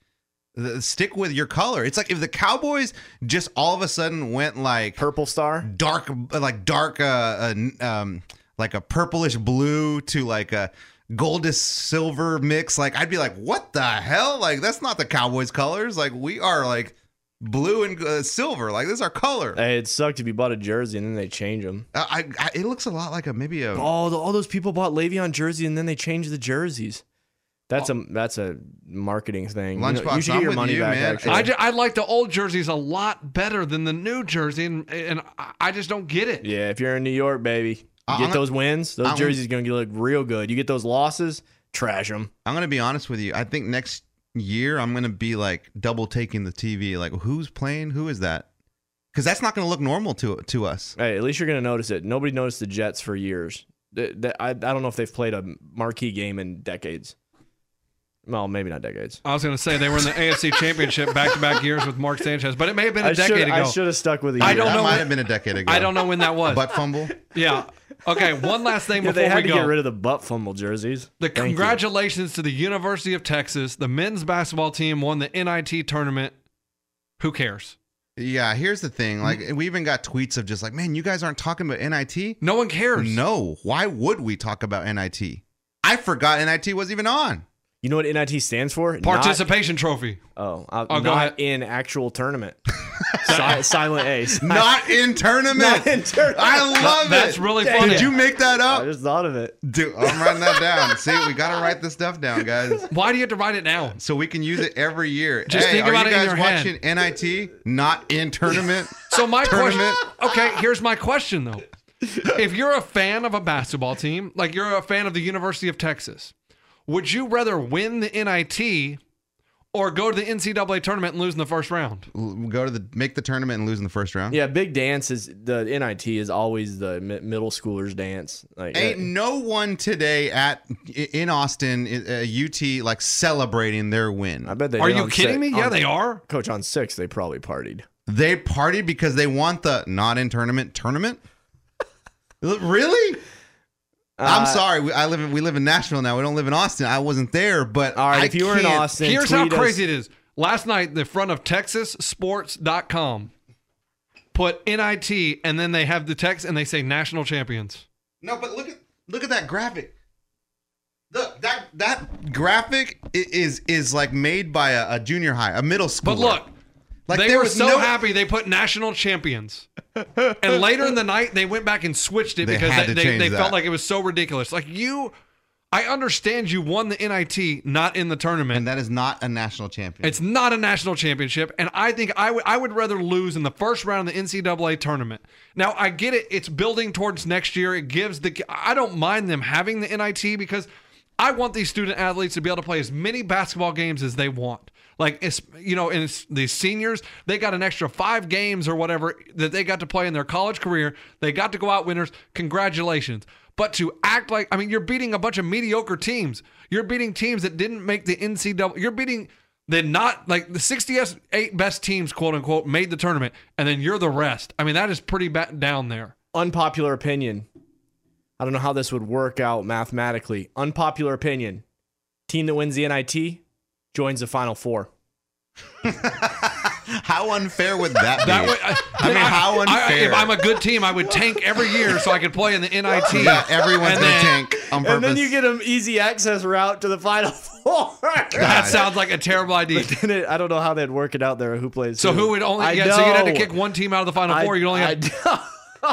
Speaker 3: th- stick with your color. It's like if the Cowboys just all of a sudden went like
Speaker 4: purple star.
Speaker 3: dark like dark uh, uh n- um like a purplish blue to like a gold to silver mix like i'd be like what the hell like that's not the cowboys colors like we are like blue and uh, silver like this is our color
Speaker 4: Hey, It sucked if you bought a jersey and then they change them.
Speaker 3: Uh, I, I it looks a lot like a maybe a
Speaker 4: All the, all those people bought Le'Veon jersey and then they changed the jerseys. That's a that's a marketing thing. You know, You,
Speaker 3: Oh. Lunchbox,
Speaker 4: should
Speaker 3: I'm
Speaker 4: get your
Speaker 3: with
Speaker 4: money
Speaker 3: you,
Speaker 4: back.
Speaker 3: man.
Speaker 4: Actually,
Speaker 2: I, ju- I like the old jerseys a lot better than the new jersey, and, and I- I just don't get it.
Speaker 4: yeah, if you're in New York, baby,
Speaker 3: I-
Speaker 4: you get
Speaker 3: I'm-
Speaker 4: those wins. Those
Speaker 3: I'm-
Speaker 4: jerseys gonna look real good. You get those losses, trash them.
Speaker 3: I'm gonna be honest with you. I think next year I'm gonna be like double taking the TV. Like, who's playing? Who is that? Because that's not gonna look normal to to us.
Speaker 4: Hey, at least you're gonna notice it. Nobody noticed the Jets for years. Th- th- I I don't know if they've played a marquee game in decades. Well, maybe not decades.
Speaker 2: I was going to say they
Speaker 3: (laughs)
Speaker 2: were in the AFC Championship back to back years with Mark Sanchez, but it may have been a
Speaker 4: I should-
Speaker 2: decade
Speaker 4: I
Speaker 2: ago.
Speaker 4: should have stuck with. a
Speaker 2: I
Speaker 4: year.
Speaker 2: don't
Speaker 3: that
Speaker 2: know
Speaker 3: Might
Speaker 2: when-
Speaker 3: have been a decade ago.
Speaker 2: (laughs) I don't know when that was.
Speaker 3: Butt
Speaker 2: (laughs)
Speaker 3: fumble.
Speaker 2: yeah. Okay. One last
Speaker 4: (laughs)
Speaker 2: thing
Speaker 4: Yeah,
Speaker 2: before
Speaker 4: they had
Speaker 2: we
Speaker 4: to
Speaker 2: go.
Speaker 4: get rid of the butt fumble jerseys.
Speaker 2: The
Speaker 4: Thank you.
Speaker 2: congratulations to the University of Texas. The men's basketball team won the NIT tournament. Who cares?
Speaker 3: Yeah. Here's the thing. Like, we even got tweets of just like, man, you guys aren't talking about NIT.
Speaker 2: No one cares.
Speaker 3: No. Why would we talk about NIT? I forgot NIT was even
Speaker 2: (laughs)
Speaker 3: on.
Speaker 4: You know what NIT stands for?
Speaker 2: Participation trophy.
Speaker 4: Not, oh, uh,
Speaker 2: Oh,
Speaker 4: not
Speaker 2: go ahead.
Speaker 4: in actual
Speaker 2: (laughs)
Speaker 4: tournament. si- silent A. Si-
Speaker 3: Not in tournament.
Speaker 4: Not in tournament.
Speaker 3: I love
Speaker 2: That's
Speaker 3: it.
Speaker 2: really
Speaker 4: Dang.
Speaker 2: funny.
Speaker 3: Did you make that
Speaker 4: I
Speaker 3: up?
Speaker 4: just thought of it.
Speaker 3: Dude, I'm writing that down. See, we gotta write this stuff down,
Speaker 2: (laughs)
Speaker 3: guys.
Speaker 2: Why do you have to write it now?
Speaker 3: so we can use it
Speaker 4: (laughs)
Speaker 3: every year.
Speaker 2: Just
Speaker 3: hey,
Speaker 2: think
Speaker 3: are
Speaker 2: about
Speaker 3: you
Speaker 2: it in
Speaker 3: guys
Speaker 2: your head.
Speaker 3: watching NIT, not
Speaker 4: (laughs)
Speaker 3: in tournament?
Speaker 2: So my
Speaker 3: Tournament.
Speaker 2: question. Okay, here's my question though. If you're a fan of a basketball team, like you're a fan of the University of Texas, would you rather win the NIT or go to the NCAA tournament and lose in the first round?
Speaker 3: L- Go to the make the tournament and lose in the first round.
Speaker 4: Yeah, big dance is the NIT is always the mi- middle schoolers dance. Like
Speaker 3: Ain't
Speaker 4: that-
Speaker 3: no one today at i- in Austin i- uh, UT like celebrating their
Speaker 4: I
Speaker 3: win.
Speaker 4: bet they. Um,
Speaker 2: Are
Speaker 4: did
Speaker 2: you
Speaker 4: on
Speaker 2: kidding me?
Speaker 4: six-
Speaker 2: Yeah,
Speaker 4: on-
Speaker 2: they are.
Speaker 4: Coach on six, they probably partied.
Speaker 3: They party because they want the not in tournament tournament. L-
Speaker 4: Uh,
Speaker 3: really? I'm sorry. We, I live. In, we live in Nashville now. We don't live in Austin. I wasn't there, but
Speaker 4: All right,
Speaker 3: I
Speaker 4: if you were in
Speaker 3: can't-
Speaker 4: Austin,
Speaker 2: Here's how
Speaker 4: tweet us.
Speaker 2: crazy it is. Last night, the front of TexasSports.com put NIT, and then they have the text and they say national champions.
Speaker 3: No, but look at look at that graphic. Look that that graphic i- is is like made by a, a junior high, a middle school.
Speaker 2: But look,
Speaker 3: like
Speaker 2: they
Speaker 3: there
Speaker 2: were
Speaker 3: was
Speaker 2: so
Speaker 3: no,
Speaker 2: happy they put
Speaker 3: (laughs)
Speaker 2: national champions. and later in the night, they went back and switched it
Speaker 3: They
Speaker 2: because
Speaker 3: had
Speaker 2: they,
Speaker 3: to
Speaker 2: they,
Speaker 3: change
Speaker 2: they felt
Speaker 3: that.
Speaker 2: like it was so ridiculous. Like you, I understand you won the NIT, not in the
Speaker 3: (laughs)
Speaker 2: tournament.
Speaker 3: and that is not a national champion.
Speaker 2: It's not a national championship, and I think I would I would rather lose in the first round of the NCAA tournament. Now I get it; it's building towards next year. It gives the I don't mind them having the NIT because I want these student athletes to be able to play as many basketball games as they want. Like it's you know, and it's these seniors they got an extra five games or whatever that they got to play in their college career. They got to go out winners. Congratulations. But to act like I mean, you're beating a bunch of mediocre teams. You're beating teams that didn't make the NCAA. You're beating then not like the 60s eight best teams quote unquote made the tournament and then you're the rest i mean that is pretty bad down there
Speaker 4: Unpopular opinion. I don't know how this would work out mathematically. Unpopular opinion. Team that wins the NIT joins the Final Four.
Speaker 3: how unfair would that be?
Speaker 2: that way, I,
Speaker 3: I mean, how
Speaker 2: I- I- if
Speaker 3: unfair.
Speaker 2: i'm a good team i would tank every year so i could play in the nit
Speaker 3: (laughs)
Speaker 2: (laughs)
Speaker 3: yeah, everyone's gonna
Speaker 2: uh, And then-
Speaker 3: tank on purpose.
Speaker 4: And then you get an easy access route to the
Speaker 2: (laughs)
Speaker 4: Final (laughs) Four.
Speaker 2: that sounds like a
Speaker 3: (laughs)
Speaker 2: terrible idea
Speaker 4: Then it- I don't know how they'd work it out there. Who plays?
Speaker 2: so who would only yeah, so you'd have to kick one team out of the final four you'd only have
Speaker 3: (laughs)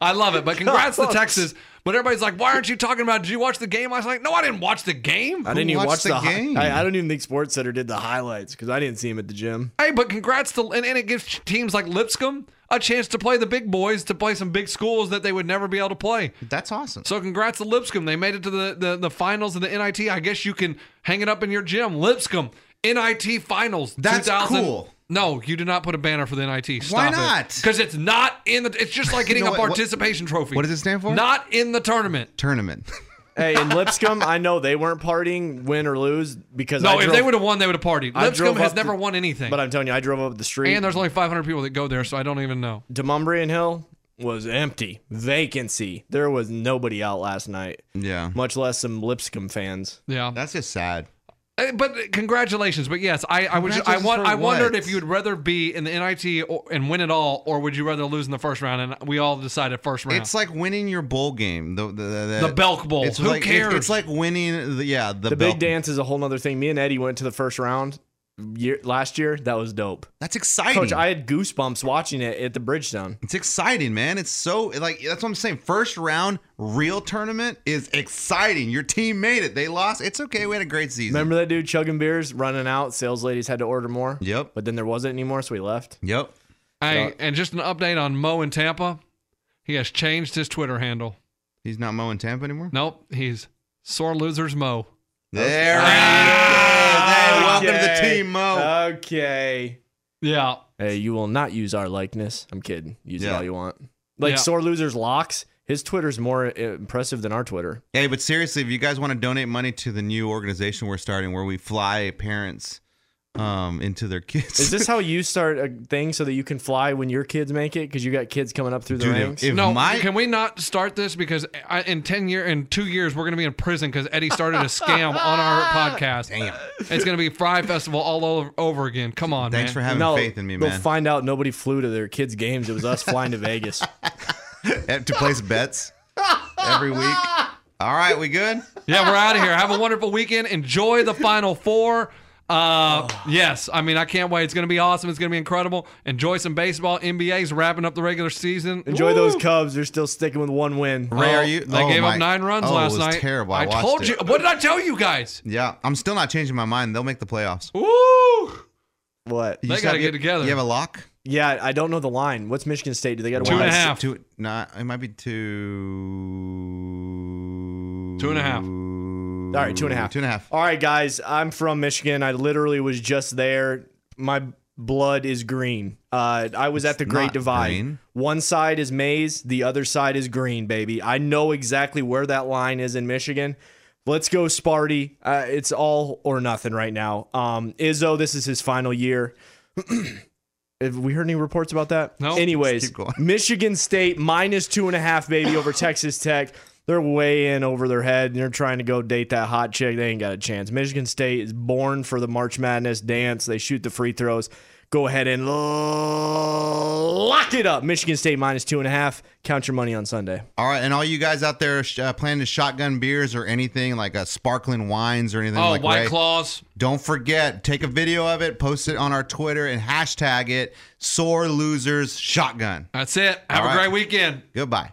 Speaker 2: I love it, but congrats to Texas. But everybody's like, why aren't you talking about? it? Did you watch the game last night? No, I didn't watch the game.
Speaker 4: I didn't even
Speaker 3: watched
Speaker 4: watch the,
Speaker 3: the
Speaker 4: hi-
Speaker 3: game?
Speaker 4: I, I don't even think Sports Center did the highlights because I didn't see him at the gym.
Speaker 2: Hey, but congrats to and, and it gives teams like Lipscomb a chance to play the big boys, to play some big schools that they would never be able to play.
Speaker 3: That's awesome.
Speaker 2: So congrats to Lipscomb. They made it to the, the, the finals of the NIT. I guess you can hang it up in your gym. Lipscomb, NIT finals.
Speaker 3: That's
Speaker 2: 2000
Speaker 3: cool.
Speaker 2: No, you do not put a banner for the NIT.
Speaker 3: Why not?
Speaker 2: Because
Speaker 3: (laughs)
Speaker 2: it's not in the. It's just like getting
Speaker 3: know
Speaker 2: a
Speaker 3: what- what-
Speaker 2: participation trophy.
Speaker 3: what does it stand for?
Speaker 2: Not in the tournament.
Speaker 3: tournament. (laughs)
Speaker 4: hey, in Lipscomb, I know they weren't partying, win or lose, because
Speaker 2: No,
Speaker 4: I
Speaker 2: if
Speaker 4: drove-
Speaker 2: they would have won, they would have partied.
Speaker 4: I
Speaker 2: Lipscomb
Speaker 4: drove
Speaker 2: has
Speaker 4: up
Speaker 2: never
Speaker 4: the-
Speaker 2: won anything.
Speaker 4: But I'm telling you, I drove up the street.
Speaker 2: and there's only 500 people that go there, so I don't even know.
Speaker 4: Demumbrian Hill was empty, vacancy. There was nobody out last night,
Speaker 3: Yeah.
Speaker 4: much less some Lipscomb fans.
Speaker 2: Yeah.
Speaker 3: That's just sad.
Speaker 2: Uh, But uh, congratulations. But yes, I, I was. I
Speaker 3: Congratulations
Speaker 2: want.
Speaker 3: for
Speaker 2: I wondered
Speaker 3: what?
Speaker 2: if you would rather be in the NIT or, and win it all, or would you rather lose in the first round? And we all decided first round.
Speaker 3: It's like winning your bowl game. The the, the,
Speaker 2: The Belk Bowl.
Speaker 3: It's
Speaker 2: Who
Speaker 3: like, it-
Speaker 2: cares?
Speaker 3: it's like winning. The, yeah, the,
Speaker 4: The big
Speaker 3: Belk-
Speaker 4: dance is a whole nother thing. Me and Eddie went to the first round year, last year. That was dope.
Speaker 3: That's exciting.
Speaker 4: Coach, I had goosebumps watching it at the Bridgestone.
Speaker 3: It's exciting, man. It's so like that's what I'm saying. First round real tournament is exciting. Your team made it. They lost. It's okay. We had a great season.
Speaker 4: Remember that dude chugging beers, running out. Sales ladies had to order more.
Speaker 3: Yep.
Speaker 4: But then there wasn't anymore, so we left.
Speaker 3: Yep.
Speaker 2: Hey, and just an update on Mo in Tampa. He has changed his Twitter handle.
Speaker 3: He's not mowing Tampa anymore.
Speaker 2: Nope, he's sore losers Mo.
Speaker 3: There he is. Hey,
Speaker 2: Ah,
Speaker 3: welcome to the
Speaker 4: Okay.
Speaker 3: team, Mo.
Speaker 2: Uh,
Speaker 4: Okay.
Speaker 2: Yeah,
Speaker 4: Hey, you will not use our likeness. I'm kidding. Use it
Speaker 3: Yeah.
Speaker 4: all you want. Like
Speaker 2: Yeah.
Speaker 4: sore losers locks. His Twitter's more impressive than our Twitter.
Speaker 3: Hey, but seriously, if you guys want to donate money to the new organization we're starting, where we fly parents um, into their kids, (laughs)
Speaker 4: Is this how you start a thing so that you can fly when your kids make it? Because you got kids coming up through the
Speaker 3: Dude,
Speaker 4: ranks.
Speaker 3: if
Speaker 2: no.
Speaker 3: my
Speaker 2: can we not start this because I, in ten year, in two years, we're gonna be in prison because Eddie started a scam on
Speaker 3: (laughs)
Speaker 2: our podcast. Damn, it's gonna be Fry Festival all over, over again. Come on,
Speaker 3: thanks for
Speaker 2: man.
Speaker 3: having
Speaker 4: no,
Speaker 3: faith in me,
Speaker 4: They'll
Speaker 3: man,
Speaker 4: find out nobody flew to their kids' games. It was us flying to
Speaker 3: (laughs)
Speaker 4: Vegas.
Speaker 3: to place bets every
Speaker 2: (laughs)
Speaker 3: week. All right, we good?
Speaker 2: yeah, we're out of here. Have a wonderful weekend. Enjoy the Final Four. Uh, yes, I mean I can't wait. It's gonna be awesome. It's gonna be incredible. Enjoy some baseball. NBA's wrapping up the regular season.
Speaker 4: Enjoy those Cubs. They're still sticking with one win.
Speaker 3: Ray,
Speaker 2: Oh,
Speaker 3: are you?
Speaker 2: They
Speaker 3: oh,
Speaker 2: gave
Speaker 3: my-
Speaker 2: up nine runs
Speaker 3: oh,
Speaker 2: last
Speaker 3: it was
Speaker 2: night.
Speaker 3: Terrible. I,
Speaker 2: I,
Speaker 3: watched
Speaker 2: told
Speaker 3: it.
Speaker 2: you. What did I tell you guys?
Speaker 3: Yeah, I'm still not changing my mind. They'll make the playoffs.
Speaker 2: Ooh,
Speaker 4: What?
Speaker 3: You
Speaker 2: They
Speaker 3: just
Speaker 2: gotta
Speaker 3: have-
Speaker 2: get together.
Speaker 3: You have a lock.
Speaker 4: Yeah, I don't know the line. What's Michigan State? Do they got
Speaker 2: Two and a
Speaker 3: Why is it
Speaker 2: half.
Speaker 3: Two, not. It might be two.
Speaker 2: Two and a half.
Speaker 3: All
Speaker 4: All right, two and a half.
Speaker 3: Two and a half.
Speaker 4: All right, guys. I'm from Michigan. I literally was just there. My blood is green. Uh, I was at the Great
Speaker 3: not
Speaker 4: Divide.
Speaker 3: green.
Speaker 4: One side is maize, the other side is green, baby. I know exactly where that line is in Michigan. Let's go, Sparty. Uh, it's all or nothing right now. Um, Izzo, this is his final year. (clears throat) Have we heard any reports about that?
Speaker 2: No.
Speaker 4: Anyways,
Speaker 3: Keep going. (laughs)
Speaker 4: Michigan State minus two and a half, baby, over Texas Tech. They're way in over their head, and they're trying to go date that hot chick. They ain't got a chance. Michigan State is born for the March Madness dance. They shoot the free throws. Go ahead and lo- lock it up. Michigan State minus two and a half. Count your money on Sunday.
Speaker 3: All right, and all you guys out there sh- uh, planning to shotgun beers or anything like uh, sparkling wines or anything
Speaker 2: oh,
Speaker 3: like
Speaker 2: White
Speaker 3: Ray,
Speaker 2: Claws.
Speaker 3: Don't forget, take a video of it, post it on our Twitter, and hashtag it sore losers shotgun.
Speaker 2: That's it.
Speaker 3: All
Speaker 2: Have a
Speaker 3: right.
Speaker 2: great weekend.
Speaker 3: Goodbye.